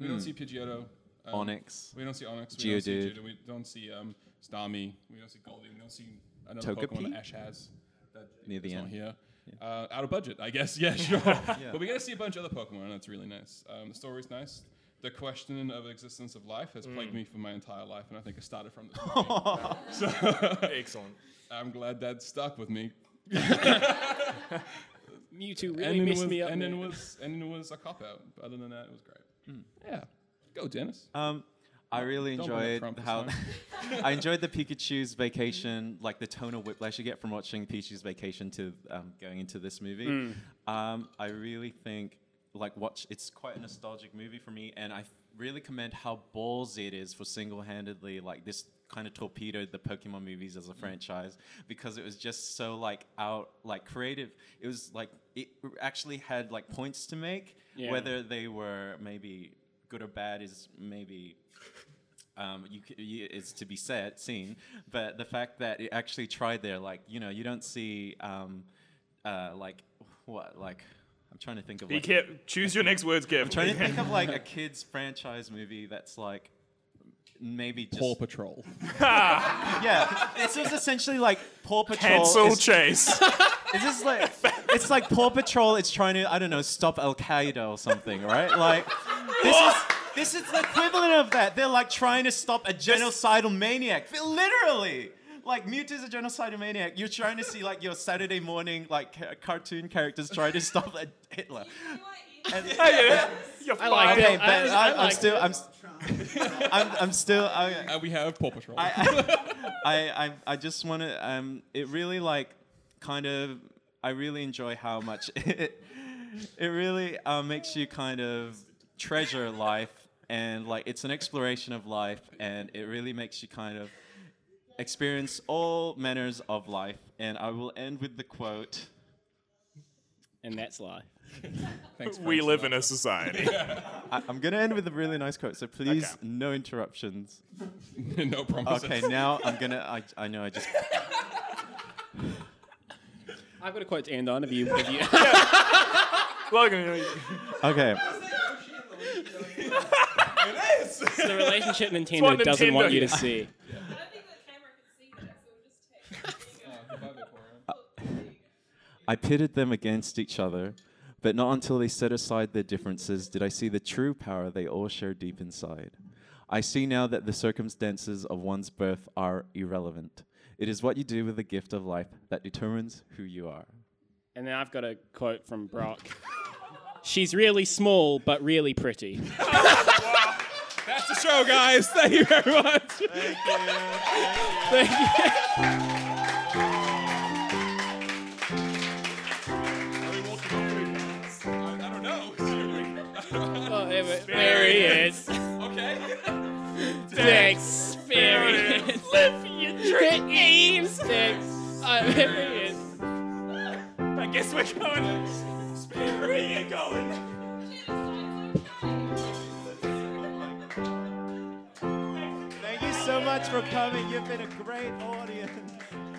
Speaker 4: We don't see Pidgeotto. Um,
Speaker 3: Hmm. Onyx.
Speaker 4: We don't see Onyx. We don't see
Speaker 3: Geodude.
Speaker 4: Geodude. We don't see um, Starmie. We don't see Goldie. We don't see another Pokemon
Speaker 3: Togepi?
Speaker 4: that Ash has. That
Speaker 3: Near the
Speaker 4: that's
Speaker 3: end.
Speaker 4: Not here. Uh, out of budget, I guess. Yeah, sure. But we get to see a bunch of other Pokemon, and that's really nice. Um, the story's nice. The question of existence of life has
Speaker 2: Mm.
Speaker 4: plagued me for my entire life, and I think it started from this. movie.
Speaker 5: Excellent.
Speaker 4: I'm glad that stuck with me.
Speaker 2: Mewtwo
Speaker 4: And
Speaker 2: really
Speaker 4: then
Speaker 2: messed
Speaker 4: was,
Speaker 2: me up.
Speaker 4: and then
Speaker 2: man.
Speaker 4: was and it was a cop out. But other than that, it was great. Yeah, go Dennis.
Speaker 3: Um, I really
Speaker 4: Don't bring up
Speaker 3: enjoyed
Speaker 4: Trump this
Speaker 3: how
Speaker 4: time.
Speaker 3: I enjoyed the Pikachu's vacation, like the tonal whiplash you get from watching Pikachu's vacation to um, going into this movie. Um, I really think like watch it's quite a nostalgic movie for me, and I really commend how ballsy it is for single-handedly like this kind of torpedoed the Pokemon movies as a franchise because it was just so like out like creative. It was like it actually had like points to make,
Speaker 2: Yeah.
Speaker 3: whether they were maybe good or bad is maybe um, you, c- you, it's to be said, seen, but the fact that it actually tried there, like you know, you don't see um, uh, like what like I'm trying to think of
Speaker 5: You
Speaker 3: like,
Speaker 5: can't choose your next words, Kev.
Speaker 3: trying to think of like a kids franchise movie that's like maybe just
Speaker 4: Paw Patrol.
Speaker 3: yeah. This is essentially like Paw Patrol.
Speaker 5: Cancel
Speaker 3: is-
Speaker 5: Chase.
Speaker 3: It's just like it's like Paw Patrol. It's trying to I don't know stop Al Qaeda or something, right? Like this is this is the equivalent of that. They're like trying to stop a genocidal maniac, But literally. Like Mute is a genocidal maniac. You're trying to see like your Saturday morning like ca- cartoon characters trying to stop a Hitler.
Speaker 8: You are in-
Speaker 5: Oh, yeah. You're
Speaker 2: I like
Speaker 5: fine.
Speaker 3: Okay,
Speaker 2: that.
Speaker 3: but
Speaker 2: I- I
Speaker 3: I, I'm
Speaker 2: like
Speaker 3: still
Speaker 2: it.
Speaker 3: I'm s- I'm I'm still I,
Speaker 4: and Uh, we have Paw Patrol.
Speaker 3: I, I, I, I just want to. Um, it really like, kind of. I really enjoy how much it. It really uh, makes you kind of treasure life, and like it's an exploration of life, and it really makes you kind of experience all manners of life. And I will end with the quote.
Speaker 2: and that's life.
Speaker 4: Thanks,
Speaker 5: We
Speaker 4: Frank
Speaker 5: live in
Speaker 4: Sinatra.
Speaker 5: a society.
Speaker 3: I, I'm gonna end with a really nice quote, so please
Speaker 5: Okay.
Speaker 3: no interruptions.
Speaker 4: no promises.
Speaker 3: Okay, now I'm gonna. I, I know I just.
Speaker 2: I've got a quote to end on. If you, if you
Speaker 5: Logan, you know,
Speaker 3: Okay.
Speaker 2: it's the relationship Nintendo
Speaker 5: what
Speaker 2: doesn't
Speaker 5: Nintendo
Speaker 2: want you to
Speaker 5: is.
Speaker 2: see.
Speaker 8: I don't think the camera can see that, so we'll just take. There you go. There you go.
Speaker 3: I pitted them against each other, but not until they set aside their differences did I see the true power they all share deep inside. I see now that the circumstances of one's birth are irrelevant. It is what you do with the gift of life that determines who you are.
Speaker 2: And then I've got a quote from Brock. She's really small, but really pretty.
Speaker 4: That's the show, guys. Thank you very much.
Speaker 2: Thank you.
Speaker 4: I don't know.
Speaker 2: Well, it was- there he is.
Speaker 4: okay.
Speaker 2: experience. Live your dreams. Experience.
Speaker 5: I guess we're going. Where are you going?
Speaker 3: Thank you so much for coming. You've been a great audience.